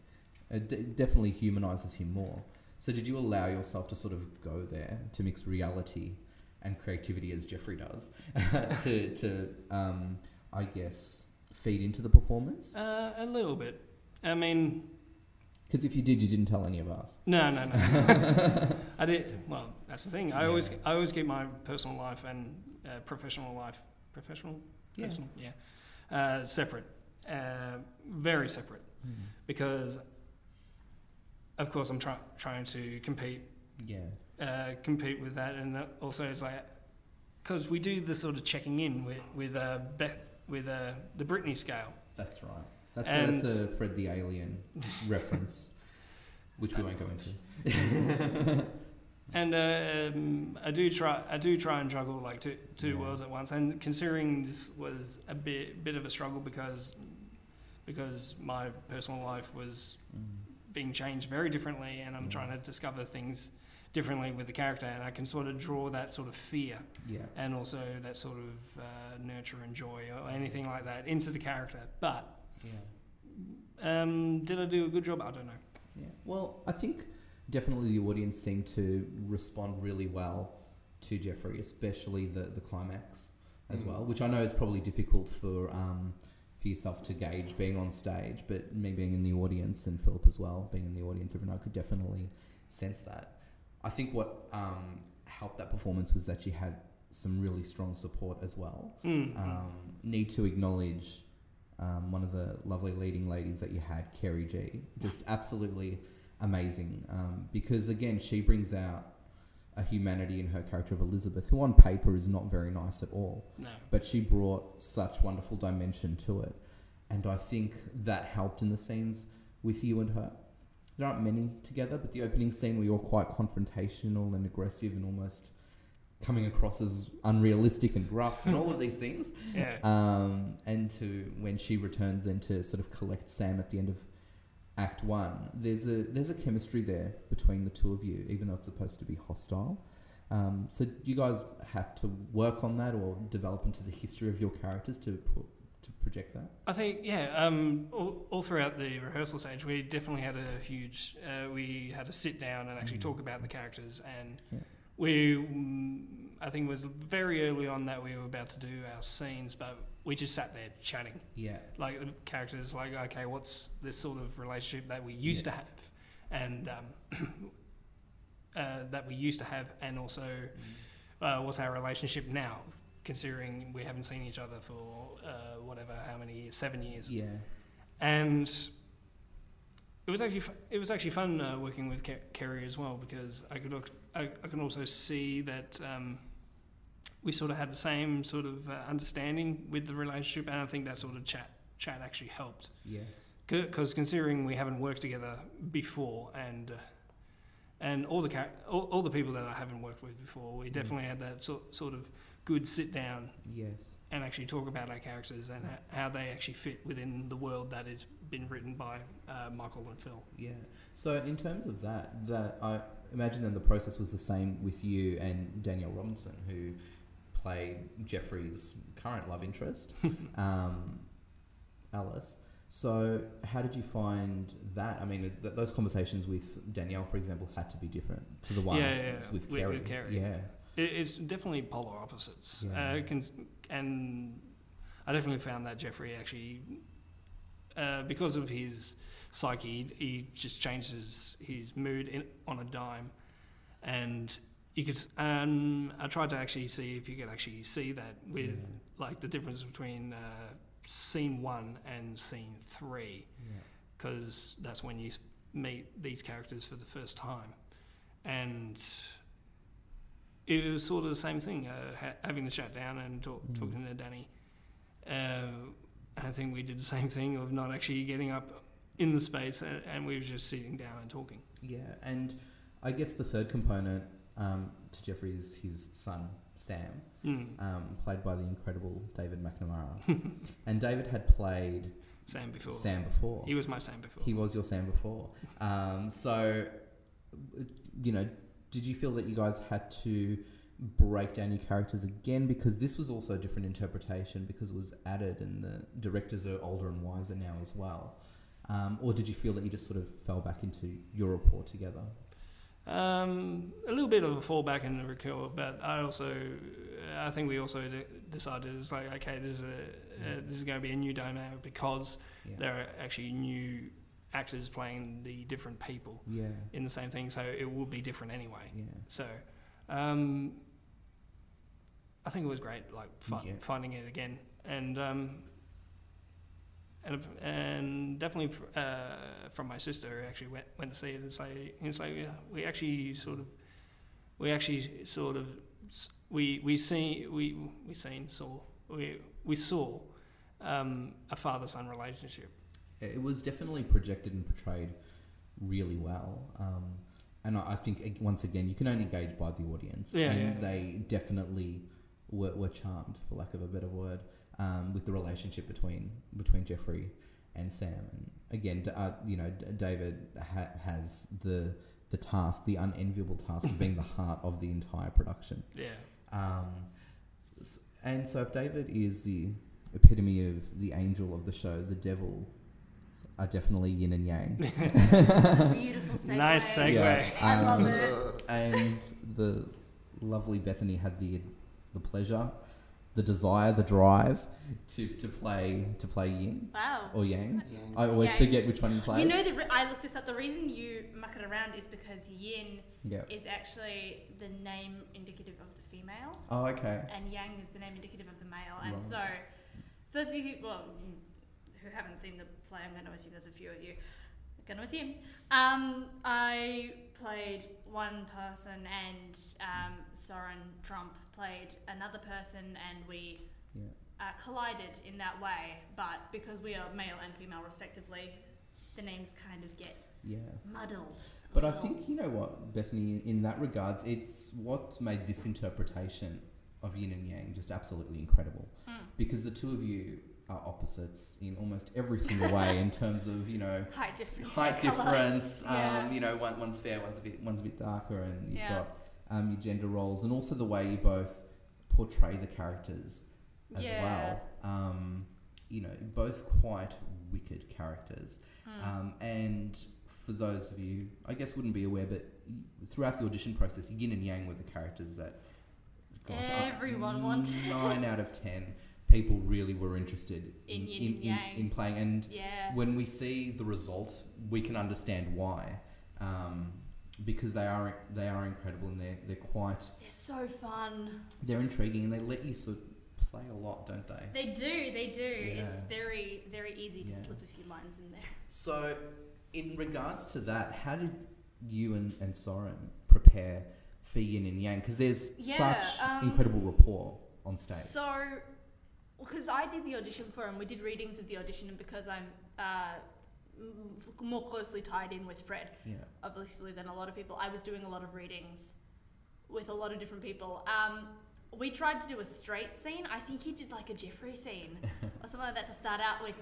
Speaker 4: it d- definitely humanizes him more. So, did you allow yourself to sort of go there to mix reality and creativity as Jeffrey does to to um, I guess feed into the performance?
Speaker 2: uh, a little bit. I mean,
Speaker 4: Because if you did, you didn't tell any of us.
Speaker 2: No, no, no. I did. Well, that's the thing. I always,
Speaker 4: Yeah.
Speaker 2: I always keep my personal life and uh, professional life, professional,
Speaker 4: Yeah.
Speaker 2: personal, yeah, uh, separate, uh, very separate,
Speaker 4: Mm-hmm.
Speaker 2: because, of course, I'm trying trying to compete,
Speaker 4: Yeah,
Speaker 2: uh, compete with that, and that also it's like, because we do the sort of checking in with with uh, Beth, with uh, the Britney scale.
Speaker 4: that's right. That's a,
Speaker 2: And-
Speaker 4: that's a Fred the Alien reference, which we won't go into.
Speaker 2: And uh, um, I do try, I do try and juggle like two two
Speaker 4: Yeah.
Speaker 2: worlds at once. And considering this was a bit bit of a struggle because because my personal life was being changed very differently, and I'm
Speaker 4: Mm.
Speaker 2: trying to discover things differently with the character, and I can sort of draw that sort of fear
Speaker 4: Yeah,
Speaker 2: and also that sort of uh, nurture and joy or anything like that into the character. But
Speaker 4: yeah,
Speaker 2: um, did I do a good job? I don't know.
Speaker 4: yeah. Well, I think definitely the audience seemed to respond really well to Jeffrey, especially the the climax as
Speaker 1: Mm.
Speaker 4: well, which I know is probably difficult for um, for yourself to gauge being on stage, but me being in the audience and Philip as well being in the audience, everyone I could definitely sense that. I think what um, helped that performance was that you had some really strong support as well.
Speaker 2: Mm.
Speaker 4: um, need to acknowledge um, one of the lovely leading ladies that you had, Kerry G. Just absolutely amazing. Um, because again, she brings out a humanity in her character of Elizabeth, who on paper is not very nice at all,
Speaker 2: no.
Speaker 4: but she brought such wonderful dimension to it. And I think that helped in the scenes with you and her. There aren't many together, but the opening scene where you're quite confrontational and aggressive and almost coming across as unrealistic and gruff and all of these things
Speaker 2: Yeah.
Speaker 4: um, and to when she returns then to sort of collect Sam at the end of Act One. There's a there's a chemistry there between the two of you, even though it's supposed to be hostile. Um, so do you guys have to work on that or develop into the history of your characters to put to project that?
Speaker 2: I think yeah. Um, all, all throughout the rehearsal stage, we definitely had a huge. Uh, we had a sit down and actually
Speaker 4: Mm.
Speaker 2: talk about the characters, and
Speaker 4: Yeah.
Speaker 2: we. mm, I think it was very early on that we were about to do our scenes, but we just sat there chatting,
Speaker 4: Yeah.
Speaker 2: like the characters, like okay, what's this sort of relationship that we used to have, and um, uh, that we used to have, and also uh, what's our relationship now, considering we haven't seen each other for uh, whatever, how many years, seven years
Speaker 4: Yeah.
Speaker 2: and it was actually fu- it was actually fun uh, working with Ke- Kerry as well because I could look I, I can also see that um, we sort of had the same sort of uh, understanding with the relationship, and I think that sort of chat chat actually helped
Speaker 4: Yes.
Speaker 2: because considering we haven't worked together before and uh, and all the char- all, all the people that I haven't worked with before, we
Speaker 4: Mm.
Speaker 2: definitely had that sort sort of good sit down
Speaker 4: Yes.
Speaker 2: and actually talk about our characters and
Speaker 4: Mm.
Speaker 2: h- how they actually fit within the world that has been written by uh, Michael and Phil.
Speaker 4: Yeah. So in terms of that, that I imagine that the process was the same with you and Danielle Robinson, who played Jeffrey's current love interest, um, Alice. So how did you find that? I mean, th- those conversations with Danielle, for example, had to be different to the ones
Speaker 2: Yeah, yeah, yeah.
Speaker 4: with
Speaker 2: With-
Speaker 4: Kerry.
Speaker 2: with Kerry.
Speaker 4: Yeah.
Speaker 2: It, it's definitely polar opposites.
Speaker 4: Yeah.
Speaker 2: Uh, cons- and I definitely found that Jeffrey actually, uh, because of his psyche, he, he just changes his mood in, on a dime. And you could, s- um, I tried to actually see if you could actually see that with
Speaker 4: Yeah.
Speaker 2: like the difference between uh, scene one and scene three. because that's when you s- meet these characters for the first time. And it was sort of the same thing, uh, ha- having the chat down and talk,
Speaker 4: Mm.
Speaker 2: talking to Danny. Uh, and I think we did the same thing of not actually getting up in the space and, and we were just sitting down and talking.
Speaker 4: Yeah, and I guess the third component um, to Jeffrey is his son Sam,
Speaker 2: Mm.
Speaker 4: um, played by the incredible David McNamara. and David had played
Speaker 2: Sam before.
Speaker 4: Sam before.
Speaker 2: He was my Sam before.
Speaker 4: He was your Sam before. Um, so, you know, did you feel that you guys had to break down your characters again because this was also a different interpretation because it was added and the directors are older and wiser now as well? Um, or did you feel that you just sort of fell back into your rapport together?
Speaker 2: Um, a little bit of a fallback in the recur, but I also, I think we also de- decided it's like okay, this is a, uh, this is going to be a new dynamic because
Speaker 4: Yeah.
Speaker 2: there are actually new actors playing the different people
Speaker 4: Yeah.
Speaker 2: in the same thing, so it will be different anyway.
Speaker 4: Yeah.
Speaker 2: So, um, I think it was great, like fi-
Speaker 4: Yeah.
Speaker 2: finding it again, and um, and and definitely fr- uh, from my sister who actually went went to see it. It's like it's like yeah, we actually sort of we actually sort of s- we we see we we seen saw we we saw um, a father son relationship.
Speaker 4: It was definitely projected and portrayed really well. Um, and I I think, ag- once again, you can only gauge by the audience.
Speaker 2: Yeah,
Speaker 4: and
Speaker 2: yeah, yeah.
Speaker 4: they definitely were, were charmed, for lack of a better word, um, with the relationship between between Jeffrey and Sam. And again, D- uh, you know, D- David ha- has the the task, the unenviable task of being the heart of the entire production.
Speaker 2: Yeah,
Speaker 4: Um, s- and so if David is the epitome of the angel of the show, the devil are definitely yin and yang.
Speaker 3: Beautiful segue.
Speaker 2: Nice segue.
Speaker 3: I love
Speaker 4: um,
Speaker 3: it.
Speaker 4: And the lovely Bethany had the the pleasure, the desire, the drive to, to play to play yin
Speaker 3: Wow.
Speaker 4: or yang.
Speaker 1: Yeah.
Speaker 4: I always
Speaker 3: Yang.
Speaker 4: forget which one you play.
Speaker 3: You know, the re- I looked this up. The reason you muck it around is because yin
Speaker 4: yeah.
Speaker 3: is actually the name indicative of the female,
Speaker 4: Oh, okay.
Speaker 3: and yang is the name indicative of the male. And
Speaker 4: Right.
Speaker 3: so, for those of you who, well, you- who haven't seen the play, I'm going to assume there's a few of you. I'm going to assume. Um, I played one person, and um, Soren Trump played another person, and we
Speaker 4: Yeah.
Speaker 3: uh, collided in that way, but because we are male and female respectively, the names kind of get
Speaker 4: Yeah.
Speaker 3: muddled.
Speaker 4: But I
Speaker 3: Well,
Speaker 4: think you know what, Bethany. In that regards, it's what's made this interpretation of yin and yang just absolutely incredible,
Speaker 3: Mm.
Speaker 4: because the two of you are opposites in almost every single way in terms of you know
Speaker 3: height difference.
Speaker 4: height
Speaker 3: colours.
Speaker 4: difference.
Speaker 3: Yeah.
Speaker 4: Um, you know, one, one's fair, one's a bit, one's a bit darker, and you've
Speaker 3: Yeah.
Speaker 4: got um, your gender roles, and also the way you both portray the characters as
Speaker 3: Yeah.
Speaker 4: well um, you know, both quite wicked characters.
Speaker 3: Hmm.
Speaker 4: Um, and for those of you, I guess, wouldn't be aware, but throughout the audition process, yin and yang were the characters that I-
Speaker 3: Everyone wanted.
Speaker 4: Nine out of ten people really were interested
Speaker 3: In yin
Speaker 4: in,
Speaker 3: and
Speaker 4: in,
Speaker 3: yang.
Speaker 4: in playing. And
Speaker 3: Yeah.
Speaker 4: when we see the result, we can understand why, um, because they are they are incredible and they're they're quite
Speaker 3: They're so fun.
Speaker 4: they're intriguing and they let you sort of play a lot, don't they?
Speaker 3: They do, they do. It's
Speaker 4: Yeah.
Speaker 3: very, very easy to
Speaker 4: Yeah.
Speaker 3: slip a few lines in there.
Speaker 4: So, in regards to that, how did you and, and Soren prepare for Yin and Yang? Because there's
Speaker 3: Yeah,
Speaker 4: such
Speaker 3: um,
Speaker 4: incredible rapport on stage.
Speaker 3: So, because I did the audition for him, we did readings of the audition, and because I'm uh, m- more closely tied in with Fred,
Speaker 4: yeah.
Speaker 3: obviously than a lot of people. I was doing a lot of readings with a lot of different people. Um, we tried to do a straight scene. I think he did like a Jeffrey scene or something like that to start out with.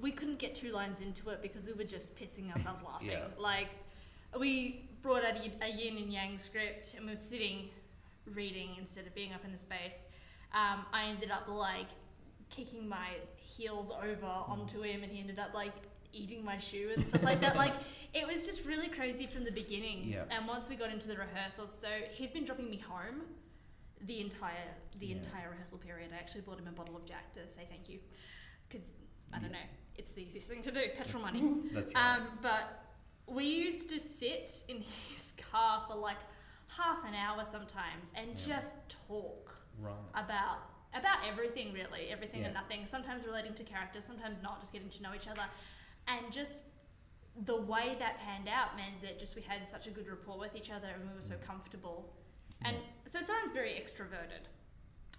Speaker 3: We couldn't get two lines into it because we were just pissing ourselves laughing.
Speaker 4: Yeah.
Speaker 3: Like, we brought out a, y- a yin and yang script and we were sitting reading instead of being up in the space. Um, I ended up like kicking my heels over onto him and he ended up like eating my shoe and stuff like that. Like it was just really crazy from the beginning.
Speaker 4: Yeah.
Speaker 3: And once we got into the rehearsals, so he's been dropping me home the entire the
Speaker 4: Yeah.
Speaker 3: entire rehearsal period. I actually bought him a bottle of Jack to say thank you because I don't
Speaker 4: Yeah.
Speaker 3: know, it's the easiest thing to do, petrol
Speaker 4: That's-
Speaker 3: money.
Speaker 4: That's right.
Speaker 3: Um, but we used to sit in his car for like half an hour sometimes and
Speaker 4: Yeah.
Speaker 3: just talk
Speaker 4: right.
Speaker 3: about about everything really everything and
Speaker 4: Yeah.
Speaker 3: nothing sometimes relating to characters sometimes not just getting to know each other and just the way that panned out meant that just we had such a good rapport with each other and we were so comfortable and
Speaker 4: Mm. Yeah.
Speaker 3: so Soren's very extroverted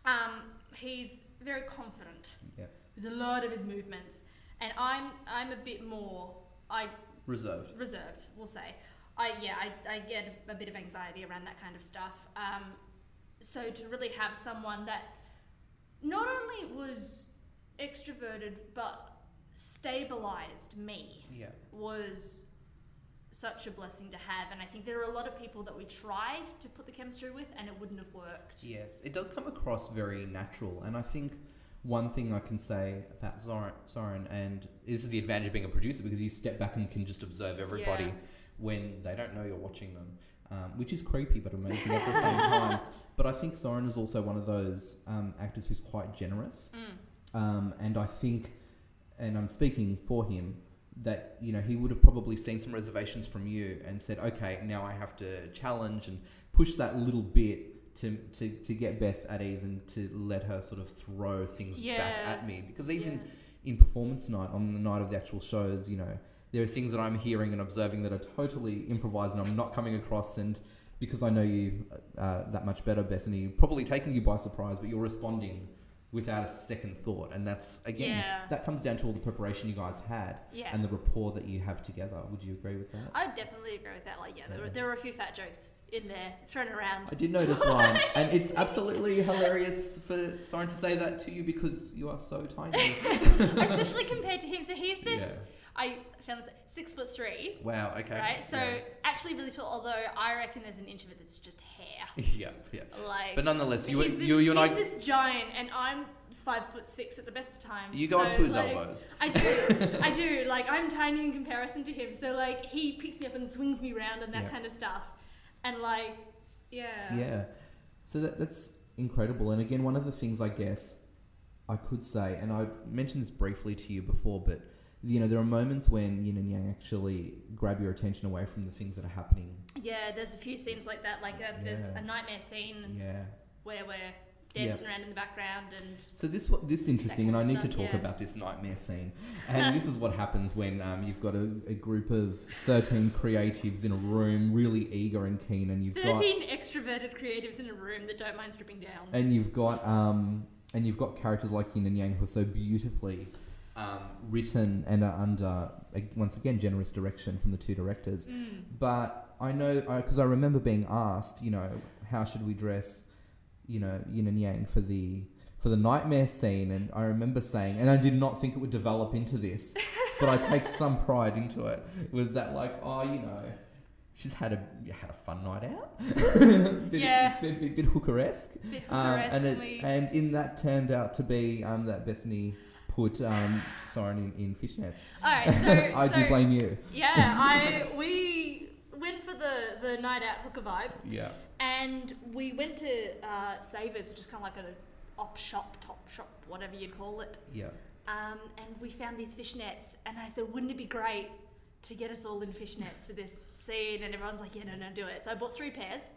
Speaker 3: um, he's very confident
Speaker 4: Yeah.
Speaker 3: with a lot of his movements and I'm I'm a bit more I
Speaker 4: Reserved.
Speaker 3: reserved, we'll say. I yeah, I, I get a bit of anxiety around that kind of stuff. Um, so to really have someone that not only was extroverted but stabilized me
Speaker 4: Yeah.
Speaker 3: was such a blessing to have and I think there are a lot of people that we tried to put the chemistry with and it wouldn't have worked.
Speaker 4: Yes, it does come across very natural, and I think one thing I can say about Zoran, Zoran and this is the advantage of being a producer because you step back and can just observe everybody
Speaker 3: Yeah.
Speaker 4: when they don't know you're watching them, um, which is creepy but amazing at the same time. But I think Zoran is also one of those um, actors who's quite generous,
Speaker 3: Mm.
Speaker 4: um, and I think, and I'm speaking for him. That you know he would have probably seen some reservations from you and said, okay, now I have to challenge and push that little bit to, to, to get Beth at ease and to let her sort of throw things back
Speaker 3: Yeah.
Speaker 4: at me. Because even in performance night, on the night of the actual shows, you know, there are things that I'm hearing and observing that are totally improvised and I'm not coming across. And because I know you uh, that much better, Bethany, probably taking you by surprise, but you're responding without a second thought. And that's, again,
Speaker 3: Yeah.
Speaker 4: that comes down to all the preparation you guys had
Speaker 3: yeah.
Speaker 4: and the rapport that you have together. Would you agree with that?
Speaker 3: I would definitely agree with that. Like, yeah, there were,
Speaker 4: Yeah.
Speaker 3: there were a few fat jokes in there thrown around.
Speaker 4: I did notice one, and it's absolutely hilarious for Soren to say that to you because you are so tiny.
Speaker 3: Especially compared to him. So he's this. I found this six foot three,
Speaker 4: Wow. Okay.
Speaker 3: right? So
Speaker 4: yeah.
Speaker 3: actually really tall. Although I reckon there's an inch of it that's just hair.
Speaker 4: yeah, yeah.
Speaker 3: Like,
Speaker 4: But nonetheless, you
Speaker 3: he's this,
Speaker 4: you you and
Speaker 3: he's
Speaker 4: I
Speaker 3: this giant, and I'm five foot six at the best of times.
Speaker 4: you go up
Speaker 3: so,
Speaker 4: to his
Speaker 3: like,
Speaker 4: elbows.
Speaker 3: I do, I do. Like I'm tiny in comparison to him. So like he picks me up and swings me round and that
Speaker 4: Yeah.
Speaker 3: kind of stuff, and like, yeah,
Speaker 4: Yeah. So that, that's incredible. And again, one of the things I guess I could say, and I've mentioned this briefly to you before, but you know, there are moments when yin and yang actually grab your attention away from the things that are happening.
Speaker 3: Yeah, There's a few scenes like that. Like uh, there's
Speaker 4: Yeah.
Speaker 3: a nightmare scene
Speaker 4: Yeah.
Speaker 3: where we're dancing around in the background and
Speaker 4: So this wa- this is interesting, and
Speaker 3: kind of
Speaker 4: I need
Speaker 3: stuff,
Speaker 4: to talk
Speaker 3: yeah.
Speaker 4: about this nightmare scene. And this is what happens when um, you've got a, a group of thirteen creatives in a room, really eager and keen, and you've got
Speaker 3: 13 extroverted creatives in a room that don't mind stripping down.
Speaker 4: and you've got um, and you've got characters like Yin and Yang who are so beautifully um, written and are under ag- once again generous direction from the two directors. But I know because I, remember being asked, you know, how should we dress, you know, Yin and Yang for the for the nightmare scene, and I remember saying, and I did not think it would develop into this, but I take some pride into it. Was that like, oh, you know. She's had a had a fun night out, bit,
Speaker 3: Yeah.
Speaker 4: bit, bit, bit hooker esque,
Speaker 3: Bit
Speaker 4: um,
Speaker 3: hooker-esque and
Speaker 4: and it
Speaker 3: we-
Speaker 4: and in that turned out to be um, that Bethany put um, Soren in, in fishnets.
Speaker 3: All right, so
Speaker 4: I do
Speaker 3: so-
Speaker 4: blame you.
Speaker 3: Yeah, I we went for the the night out hooker vibe,
Speaker 4: Yeah.
Speaker 3: and we went to uh, Savers, which is kind of like an op shop, top shop, whatever you'd call it.
Speaker 4: Yeah.
Speaker 3: Um, and we found these fishnets, and I said, wouldn't it be great to get us all in fishnets for this scene? And everyone's like, yeah, no, no, do it. So I bought three pairs.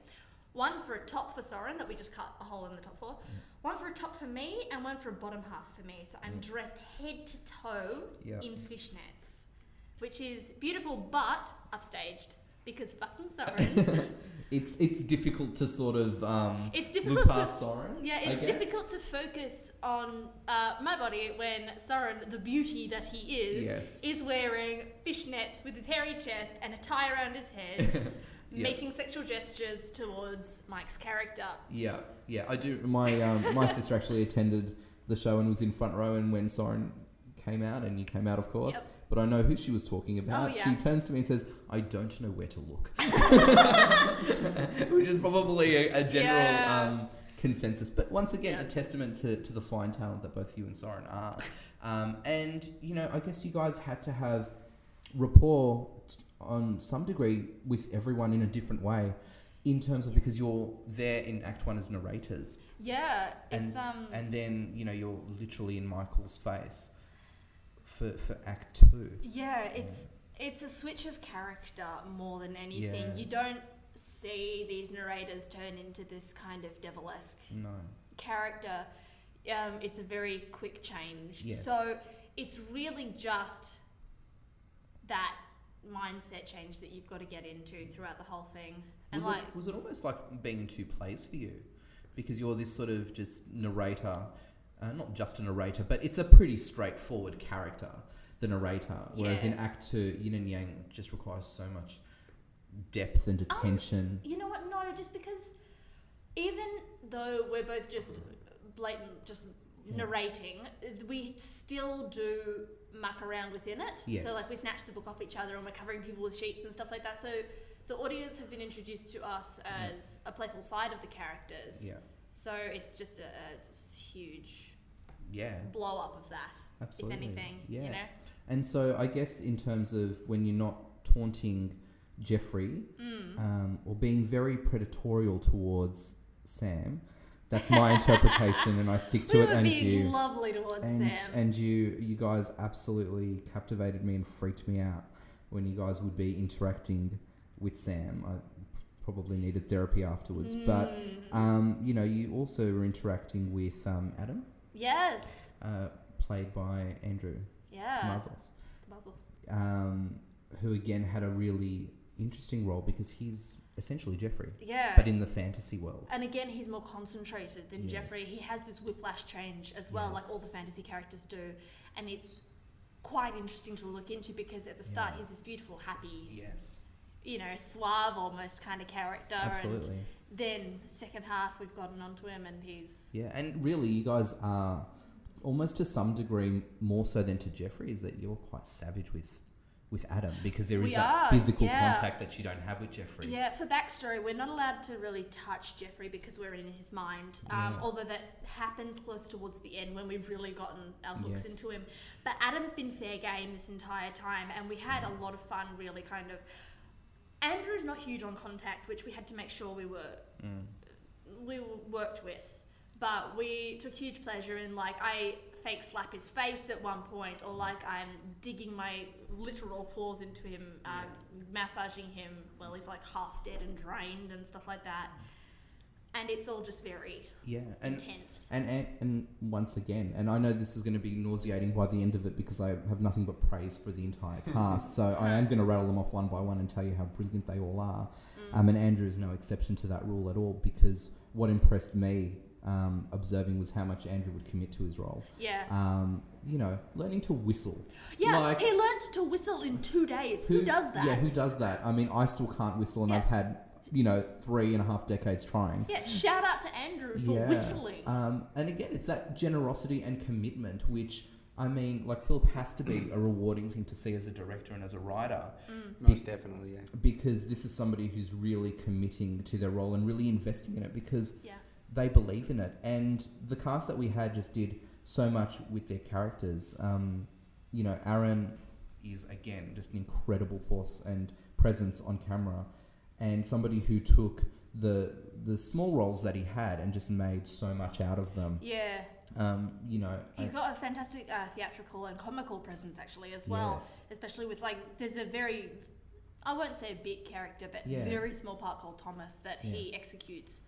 Speaker 3: One for a top for Soren that we just cut a hole in the top for, one for a top for me, and one for a bottom half for me. So I'm dressed head to toe
Speaker 4: Yeah.
Speaker 3: in fishnets, which is beautiful but upstaged because fucking Soren.
Speaker 4: It's it's difficult to sort of um,
Speaker 3: it's
Speaker 4: look
Speaker 3: difficult to
Speaker 4: past Soren.
Speaker 3: Yeah,
Speaker 4: I
Speaker 3: it's
Speaker 4: guess.
Speaker 3: difficult to focus on uh, my body when Soren, the beauty that he is,
Speaker 4: Yes.
Speaker 3: is wearing fishnets with his hairy chest and a tie around his head,
Speaker 4: Yeah.
Speaker 3: making sexual gestures towards Mike's character.
Speaker 4: Yeah, yeah, I do. My um, my sister actually attended the show and was in front row, and when Soren came out, and you came out, of course.
Speaker 3: Yep.
Speaker 4: But I know who she was talking about.
Speaker 3: Oh, yeah.
Speaker 4: She turns to me and says, "I don't know where to look," which is probably a, a general
Speaker 3: Yeah.
Speaker 4: um, consensus. But once again,
Speaker 3: Yeah.
Speaker 4: a testament to, to the fine talent that both you and Soren are. Um, and you know, I guess you guys had to have rapport on some degree with everyone in a different way in terms of because you're there in act one as narrators
Speaker 3: Yeah,
Speaker 4: and,
Speaker 3: it's um.
Speaker 4: and then you know you're literally in michael's face for, for act two
Speaker 3: Yeah, it's it's a switch of character more than anything.
Speaker 4: Yeah.
Speaker 3: You don't see these narrators turn into this kind of devilesque
Speaker 4: no
Speaker 3: character, um, it's a very quick change.
Speaker 4: Yes.
Speaker 3: So it's really just that mindset change that you've got to get into throughout the whole thing. And
Speaker 4: was,
Speaker 3: like,
Speaker 4: it, was it almost like being in two plays for you because you're this sort of just narrator uh, not just a narrator but it's a pretty straightforward character the narrator whereas
Speaker 3: Yeah.
Speaker 4: in act two yin and yang just requires so much depth
Speaker 3: Oh,
Speaker 4: and attention
Speaker 3: you know what? No, just because even though we're both just blatant, just
Speaker 4: Hmm.
Speaker 3: narrating, we still do muck around within it.
Speaker 4: Yes.
Speaker 3: So like we snatch the book off each other and we're covering people with sheets and stuff like that. So the audience have been introduced to us as a playful side of the characters.
Speaker 4: Hmm. yeah
Speaker 3: So it's just a, a just huge
Speaker 4: yeah
Speaker 3: blow up of that,
Speaker 4: absolutely
Speaker 3: if anything.
Speaker 4: yeah
Speaker 3: You know?
Speaker 4: And so, I guess in terms of when you're not taunting Jeffrey
Speaker 3: Mm.
Speaker 4: um, or being very predatorial towards Sam, that's my interpretation, and I stick to
Speaker 3: we
Speaker 4: it.
Speaker 3: were
Speaker 4: And
Speaker 3: being
Speaker 4: you,
Speaker 3: lovely towards
Speaker 4: and
Speaker 3: Sam.
Speaker 4: and you, you guys absolutely captivated me and freaked me out when you guys would be interacting with Sam. I probably needed therapy afterwards, but
Speaker 3: Mm.
Speaker 4: um, you know, you also were interacting with um, Adam,
Speaker 3: yes.
Speaker 4: uh, played by Andrew
Speaker 3: Yeah.
Speaker 4: Muzzles.
Speaker 3: The muzzles.
Speaker 4: um, who again had a really interesting role because he's essentially Jeffrey,
Speaker 3: Yeah.
Speaker 4: but in the fantasy world.
Speaker 3: and again, he's more concentrated than Jeffrey. He
Speaker 4: Yes.
Speaker 3: has this whiplash change as well, like all the
Speaker 4: Yes.
Speaker 3: fantasy characters do. And it's quite interesting to look into because at the start,
Speaker 4: Yeah.
Speaker 3: he's this beautiful, happy,
Speaker 4: Yes,
Speaker 3: you know, suave almost kind of character.
Speaker 4: absolutely.
Speaker 3: And then, second half, we've gotten onto him and he's.
Speaker 4: Yeah, and really, you guys are almost to some degree more so than to Jeffrey is that you're quite savage with with Adam because there is
Speaker 3: We
Speaker 4: that
Speaker 3: are,
Speaker 4: physical
Speaker 3: yeah.
Speaker 4: contact that you don't have with Jeffrey.
Speaker 3: Yeah, for backstory, we're not allowed to really touch Jeffrey because we're in his mind. Um,
Speaker 4: Yeah.
Speaker 3: Although that happens close towards the end when we've really gotten our hooks
Speaker 4: Yes.
Speaker 3: into him. But Adam's been fair game this entire time, and we had a lot of fun, really kind of. Andrew's not huge on contact, which we had to make sure we were
Speaker 4: Mm.
Speaker 3: we worked with, but we took huge pleasure in like I fake slap his face at one point, or like I'm digging my literal claws into him, um, massaging him while he's like half dead and drained and stuff like that. And it's all just very
Speaker 4: Yeah, and
Speaker 3: intense.
Speaker 4: And, and and once again, and I know this is going to be nauseating by the end of it because I have nothing but praise for the entire cast. so I am going to rattle them off one by one and tell you how brilliant they all are.
Speaker 3: Mm.
Speaker 4: Um, and Andrew is no exception to that rule at all because what impressed me um, observing was how much Andrew would commit to his role.
Speaker 3: Yeah,
Speaker 4: Um, you know, learning to whistle.
Speaker 3: yeah.
Speaker 4: like-
Speaker 3: he learned to whistle in two days. Who, does that?
Speaker 4: Yeah, who does that? I mean, I still can't whistle, and
Speaker 3: Yeah.
Speaker 4: I've had you know three and a half decades trying.
Speaker 3: Yeah, shout out to Andrew for whistling.
Speaker 4: Um, and again, it's that generosity and commitment, which I mean, like Philip has to be a rewarding thing to see as a director and as a writer,
Speaker 1: Most definitely, yeah.
Speaker 4: because this is somebody who's really committing to their role and really investing in it because
Speaker 3: yeah,
Speaker 4: they believe in it. And the cast that we had just did so much with their characters. Um, you know, Aaron is again just an incredible force and presence on camera, and somebody who took the the small roles that he had and just made so much out of them.
Speaker 3: Yeah,
Speaker 4: Um, you know,
Speaker 3: he's
Speaker 4: I-
Speaker 3: got a fantastic uh, theatrical and comical presence actually as well.
Speaker 4: Yes.
Speaker 3: Especially with like, there's a very, I won't say a big character, but
Speaker 4: Yeah.
Speaker 3: very small part called Thomas that he
Speaker 4: Yes.
Speaker 3: executes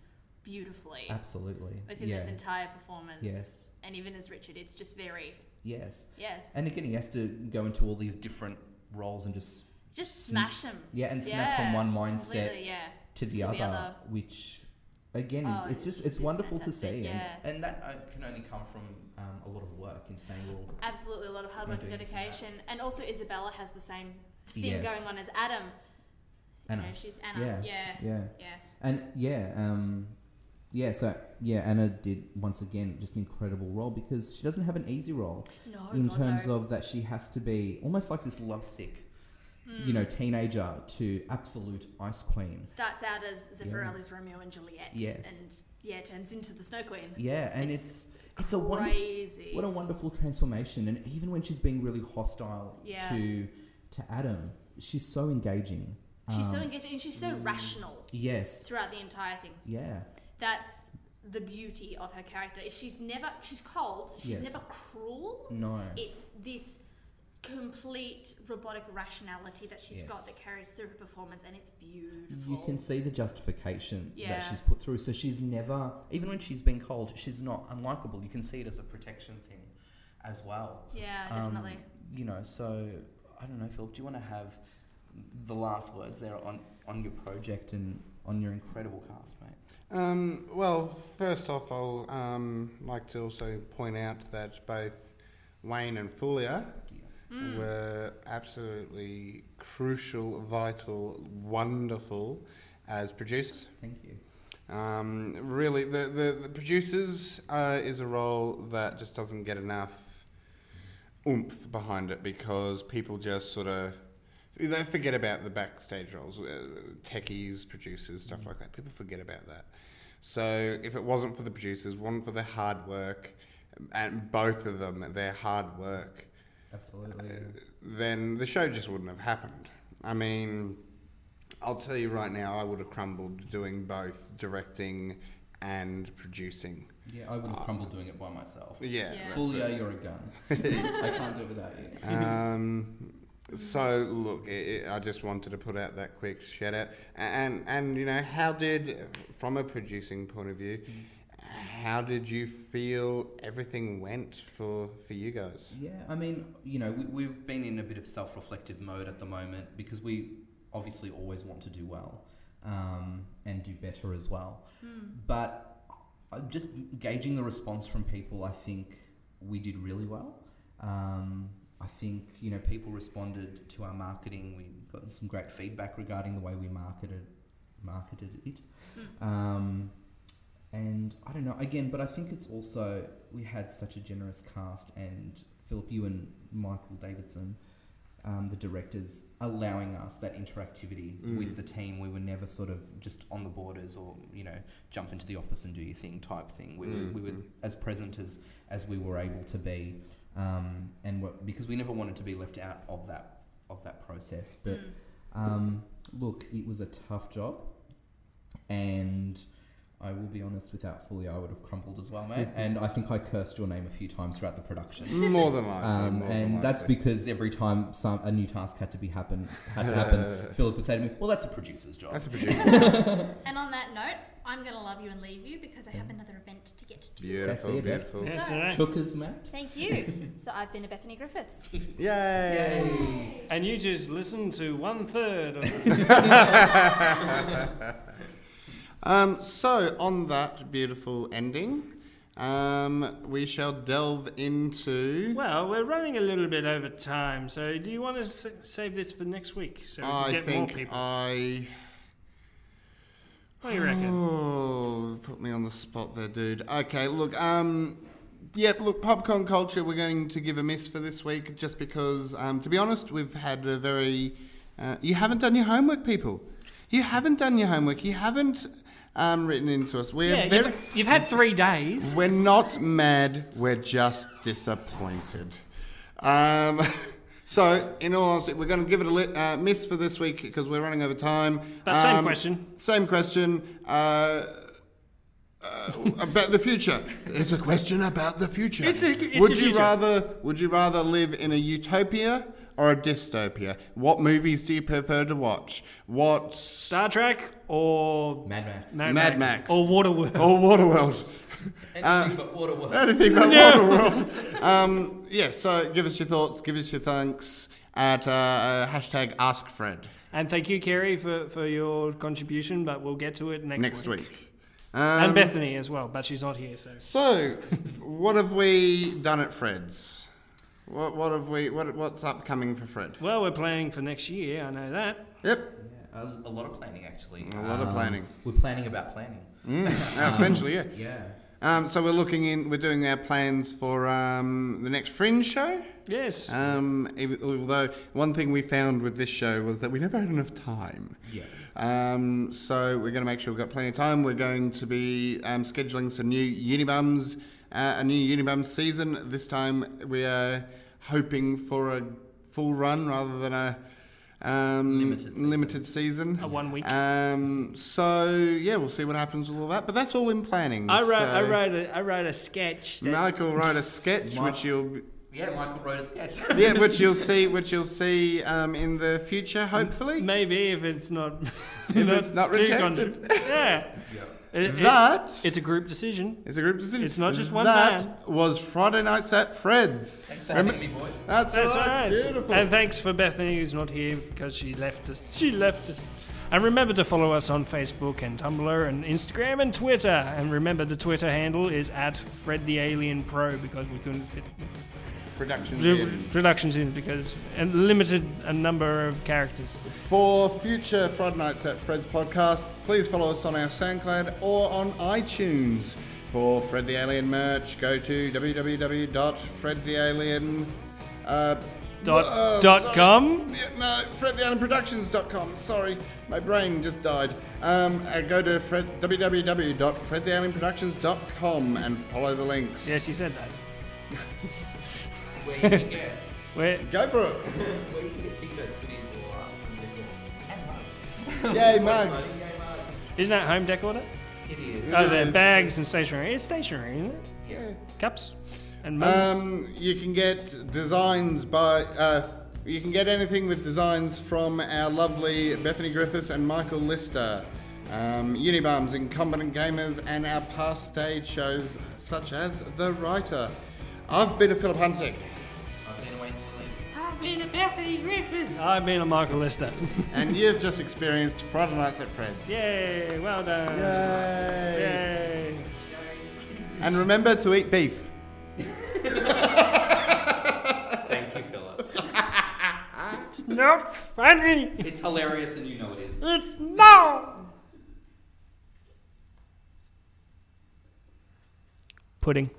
Speaker 3: beautifully
Speaker 4: absolutely,
Speaker 3: within
Speaker 4: yeah,
Speaker 3: this entire performance.
Speaker 4: Yes.
Speaker 3: And even as Richard, it's just very
Speaker 4: yes.
Speaker 3: yes,
Speaker 4: And again, he has to go into all these different roles and just
Speaker 3: just
Speaker 4: Sn-
Speaker 3: smash him.
Speaker 4: yeah, and snap from
Speaker 3: Yeah,
Speaker 4: one mindset
Speaker 3: Completely, yeah.
Speaker 4: to the
Speaker 3: To the
Speaker 4: other,
Speaker 3: other.
Speaker 4: which again,
Speaker 3: Oh,
Speaker 4: it's, it's just
Speaker 3: it's-
Speaker 4: it's,
Speaker 3: it's
Speaker 4: wonderful to
Speaker 3: fantastic,
Speaker 4: see,
Speaker 3: yeah.
Speaker 4: and, and that uh, can only come from um, a lot of work in saying, well,
Speaker 3: Absolutely, a lot of hard
Speaker 4: I'm
Speaker 3: work and
Speaker 4: doing this and that.
Speaker 3: dedication. And also, Isabella has the same thing
Speaker 4: Yes.
Speaker 3: going on as Adam.
Speaker 4: Anna,
Speaker 3: You know, she's Anna. Yeah. Yeah.
Speaker 4: yeah, and yeah, um, yeah, so yeah, Anna did once again just an incredible role because she doesn't have an easy role
Speaker 3: No,
Speaker 4: in
Speaker 3: Oh, God,
Speaker 4: terms
Speaker 3: no.
Speaker 4: of that she has to be almost like this lovesick, you
Speaker 3: Hmm.
Speaker 4: know, teenager to absolute ice queen.
Speaker 3: Starts out as Zeffirelli's Romeo and Juliet.
Speaker 4: Yes.
Speaker 3: And yeah, turns into the Snow Queen.
Speaker 4: Yeah, and
Speaker 3: It's
Speaker 4: it's it's, a wonderful
Speaker 3: Crazy.
Speaker 4: What a wonderful transformation! And even when she's being really hostile
Speaker 3: Yeah.
Speaker 4: to to Adam, she's so engaging.
Speaker 3: she's so
Speaker 4: Um,
Speaker 3: engaging and she's so rational
Speaker 4: Yes.
Speaker 3: throughout the entire thing.
Speaker 4: Yeah.
Speaker 3: That's the beauty of her character. is She's never, she's cold, she's
Speaker 4: Yes.
Speaker 3: never cruel.
Speaker 4: No.
Speaker 3: It's this complete robotic rationality that she's got
Speaker 4: Yes.
Speaker 3: that carries through her performance and it's beautiful.
Speaker 4: You can see the justification
Speaker 3: Yeah.
Speaker 4: that she's put through. So she's never, even when she's been cold, she's not unlikable. You can see it as a protection thing, as well.
Speaker 3: Yeah,
Speaker 4: Um,
Speaker 3: definitely.
Speaker 4: you know, so I don't know, Philip. Do you want to have the last words there on on your project and on your incredible cast, mate?
Speaker 1: Um, well, first off, I'll um, like to also point out that both Wayne and Fulia were absolutely crucial, vital, wonderful as producers.
Speaker 4: Thank you.
Speaker 1: Um, really, the, the, the producers uh, is a role that just doesn't get enough oomph behind it because people just sort of they forget about the backstage roles, uh, techies, producers, stuff like that. People forget about that. So if it wasn't for the producers, one for their hard work, and both of them their hard work,
Speaker 4: Absolutely.
Speaker 1: then the show just wouldn't have happened. I mean, I'll tell you right now, I would have crumbled doing both directing and producing.
Speaker 4: Yeah, I would have crumbled doing it by myself.
Speaker 1: Yeah.
Speaker 3: Yeah.
Speaker 1: that's
Speaker 4: Fully,
Speaker 1: it.
Speaker 4: you're a gun. I can't do it without you.
Speaker 1: Um, so look, i i I just wanted to put out that quick shout out, A- and and you know, how did, from a producing point of view, how did you feel everything went for for you guys?
Speaker 4: Yeah, I mean, you know, we, we've been in a bit of self reflective mode at the moment because we obviously always want to do well um, and do better as well. But uh, just gauging the response from people, I think we did really well. Um, I think, you know, people responded to our marketing. We got some great feedback regarding the way we marketed marketed it. Um, and I don't know, again, but I think it's also we had such a generous cast, and Philip, you and Michael Davidson, um, the directors, allowing us that interactivity
Speaker 1: Mm.
Speaker 4: with the team. We were never sort of just on the borders or, you know, jump into the office and do your thing type thing. We, were, we were
Speaker 1: Mm.
Speaker 4: as present as, as we were able to be, um, and we because we never wanted to be left out of that, of that process. But
Speaker 3: Mm.
Speaker 4: um, look, it was a tough job, and I will be honest. Without Fully, I would have crumbled as well, mate. and I think I cursed your name a few times throughout the production.
Speaker 1: More than likely,
Speaker 4: Um,
Speaker 1: more than
Speaker 4: and that's
Speaker 1: likely.
Speaker 4: because every time some a new task had to be happen had to happen, Philip would say to me, "Well, that's a producer's job."
Speaker 1: that's a producer.
Speaker 3: And on that note, I'm going to love you and leave you because I have another event to get to.
Speaker 1: beautiful,
Speaker 4: That's it, yeah.
Speaker 1: beautiful.
Speaker 2: That's
Speaker 3: So-
Speaker 2: all right.
Speaker 4: Chookers, mate.
Speaker 3: Thank you. so I've been Bethany Griffiths.
Speaker 1: Yay!
Speaker 2: And you just listen to one third of
Speaker 1: Um, so, on that beautiful ending, um, we shall delve into.
Speaker 2: Well, we're running a little bit over time, so do you want to s- save this for next week so we can
Speaker 1: I
Speaker 2: get more
Speaker 1: think
Speaker 2: people?
Speaker 1: I.
Speaker 2: what do you
Speaker 1: Mm.
Speaker 2: reckon?
Speaker 1: Oh, put me on the spot there, dude. Okay, look. Um, yep, look. Popcorn culture. We're going to give a miss for this week, just because. Um, to be honest, we've had a very. Uh, you haven't done your homework, people. You haven't done your homework. You haven't um, written into us. We're
Speaker 2: yeah, you've-
Speaker 1: very,
Speaker 2: you've, had three days.
Speaker 1: we're not mad. We're just disappointed. Um, so, in all honesty, we're going to give it a li- uh, miss for this week because we're running over time. Um,
Speaker 2: But same question.
Speaker 1: Same question. Uh, uh, about the future. It's a question about the future.
Speaker 2: It's a- it's
Speaker 1: would
Speaker 2: a
Speaker 1: you
Speaker 2: future.
Speaker 1: rather would you rather live in a utopia or a dystopia? What movies do you prefer to watch? What
Speaker 2: Star Trek or
Speaker 4: Mad Max.
Speaker 2: no,
Speaker 1: Mad Max.
Speaker 2: or Waterworld.
Speaker 1: or Waterworld?
Speaker 4: Anything
Speaker 1: Uh,
Speaker 4: but Waterworld.
Speaker 1: Anything about Waterworld. Um, yeah, so give us your thoughts, give us your thanks at uh, hashtag AskFred
Speaker 2: And thank you, Kerry, for, for your contribution. But we'll get to it next
Speaker 1: next
Speaker 2: week.
Speaker 1: week. Um,
Speaker 2: and Bethany as well, but she's not here. So
Speaker 1: So, what have we done at Fred's? What, what have we? What, what's upcoming for Fred?
Speaker 2: well, we're planning for next year. I know that.
Speaker 1: Yep,
Speaker 4: Yeah, a, a lot of planning actually. Um,
Speaker 1: A lot of planning.
Speaker 4: We're planning about planning.
Speaker 1: Uh, essentially, yeah.
Speaker 4: Yeah.
Speaker 1: Um, so we're looking in. We're doing our plans for um, the next Fringe show.
Speaker 2: Yes.
Speaker 1: Um, even, although one thing we found with this show was that we never had enough time.
Speaker 4: Yeah.
Speaker 1: Um, so we're going to make sure we've got plenty of time. We're going to be um, scheduling some new Unibums, uh, a new Unibums season. This time we are hoping for a full run rather than a um,
Speaker 4: Limited season.
Speaker 1: limited season.
Speaker 2: A one week.
Speaker 1: Um, so yeah, we'll see what happens with all that. But that's all in planning.
Speaker 2: I wrote, I
Speaker 1: so-
Speaker 2: wrote, a, I wrote a sketch. That,
Speaker 1: Michael wrote a sketch,
Speaker 4: Mar-
Speaker 1: which you'll
Speaker 4: Yeah, Michael wrote a sketch.
Speaker 1: yeah, which you'll see, which you'll see um, in the future, hopefully.
Speaker 2: Maybe if it's not,
Speaker 1: If it's not
Speaker 2: too
Speaker 1: rejected.
Speaker 2: contra- yeah. It- it-
Speaker 1: That
Speaker 2: it's a group decision.
Speaker 1: is a group decision.
Speaker 2: It's not just one
Speaker 1: That
Speaker 2: man.
Speaker 1: was Friday nights at Fred's.
Speaker 4: Thanks for having me, boys.
Speaker 1: Oh, That's,
Speaker 2: That's
Speaker 1: all right.
Speaker 2: right.
Speaker 1: Beautiful.
Speaker 2: And thanks for Bethany who's not here because she left us. She left us. And remember to follow us on Facebook and Tumblr and Instagram and Twitter. And remember the Twitter handle is at Fred the Alien Pro because we couldn't fit
Speaker 1: Productions
Speaker 2: the
Speaker 1: in.
Speaker 2: productions in because and limited a number of characters.
Speaker 1: For future Friday nights at Fred's podcasts, please follow us on our SoundCloud or on iTunes. For Fred the Alien merch, go to www.fredthealien. Uh,
Speaker 2: Dot,
Speaker 1: uh,
Speaker 2: dot
Speaker 1: sorry.
Speaker 2: com.
Speaker 1: Yeah, no, fredtheallenproductions.com. Sorry, my brain just died. Um, uh, go to fred, www.fredtheallenproductions.com and follow the links.
Speaker 2: Yeah, she said that.
Speaker 4: Where you can get,
Speaker 2: Where
Speaker 1: Go for it.
Speaker 4: where you can get t-shirts, hoodies, all up, and decor.
Speaker 1: Yay,
Speaker 4: And mugs. Website,
Speaker 1: mugs.
Speaker 4: Yay, mugs.
Speaker 2: isn't that home deck order?
Speaker 4: It is.
Speaker 2: Oh, they're
Speaker 1: is.
Speaker 2: bags and stationery. It's stationery, isn't it?
Speaker 4: yeah.
Speaker 2: Cups and mugs.
Speaker 1: Um, you can get designs by. Uh, you can get anything with designs from our lovely Bethany Griffiths and Michael Lister. Um, Unibums, Incompetent Gamers, and our past stage shows such as The Writer. I've been a Philip Hunting,
Speaker 4: I've been waiting to leave.
Speaker 2: I've been a Bethany Griffin. I've been a Michael Lister.
Speaker 1: and you've just experienced Friday Nights at Fred's.
Speaker 2: Yay! Well done.
Speaker 1: Yay.
Speaker 2: Yay!
Speaker 1: And remember to eat beef.
Speaker 4: Thank you, Philip.
Speaker 2: It's not funny.
Speaker 4: It's hilarious, and you know it is.
Speaker 2: It's not. Pudding.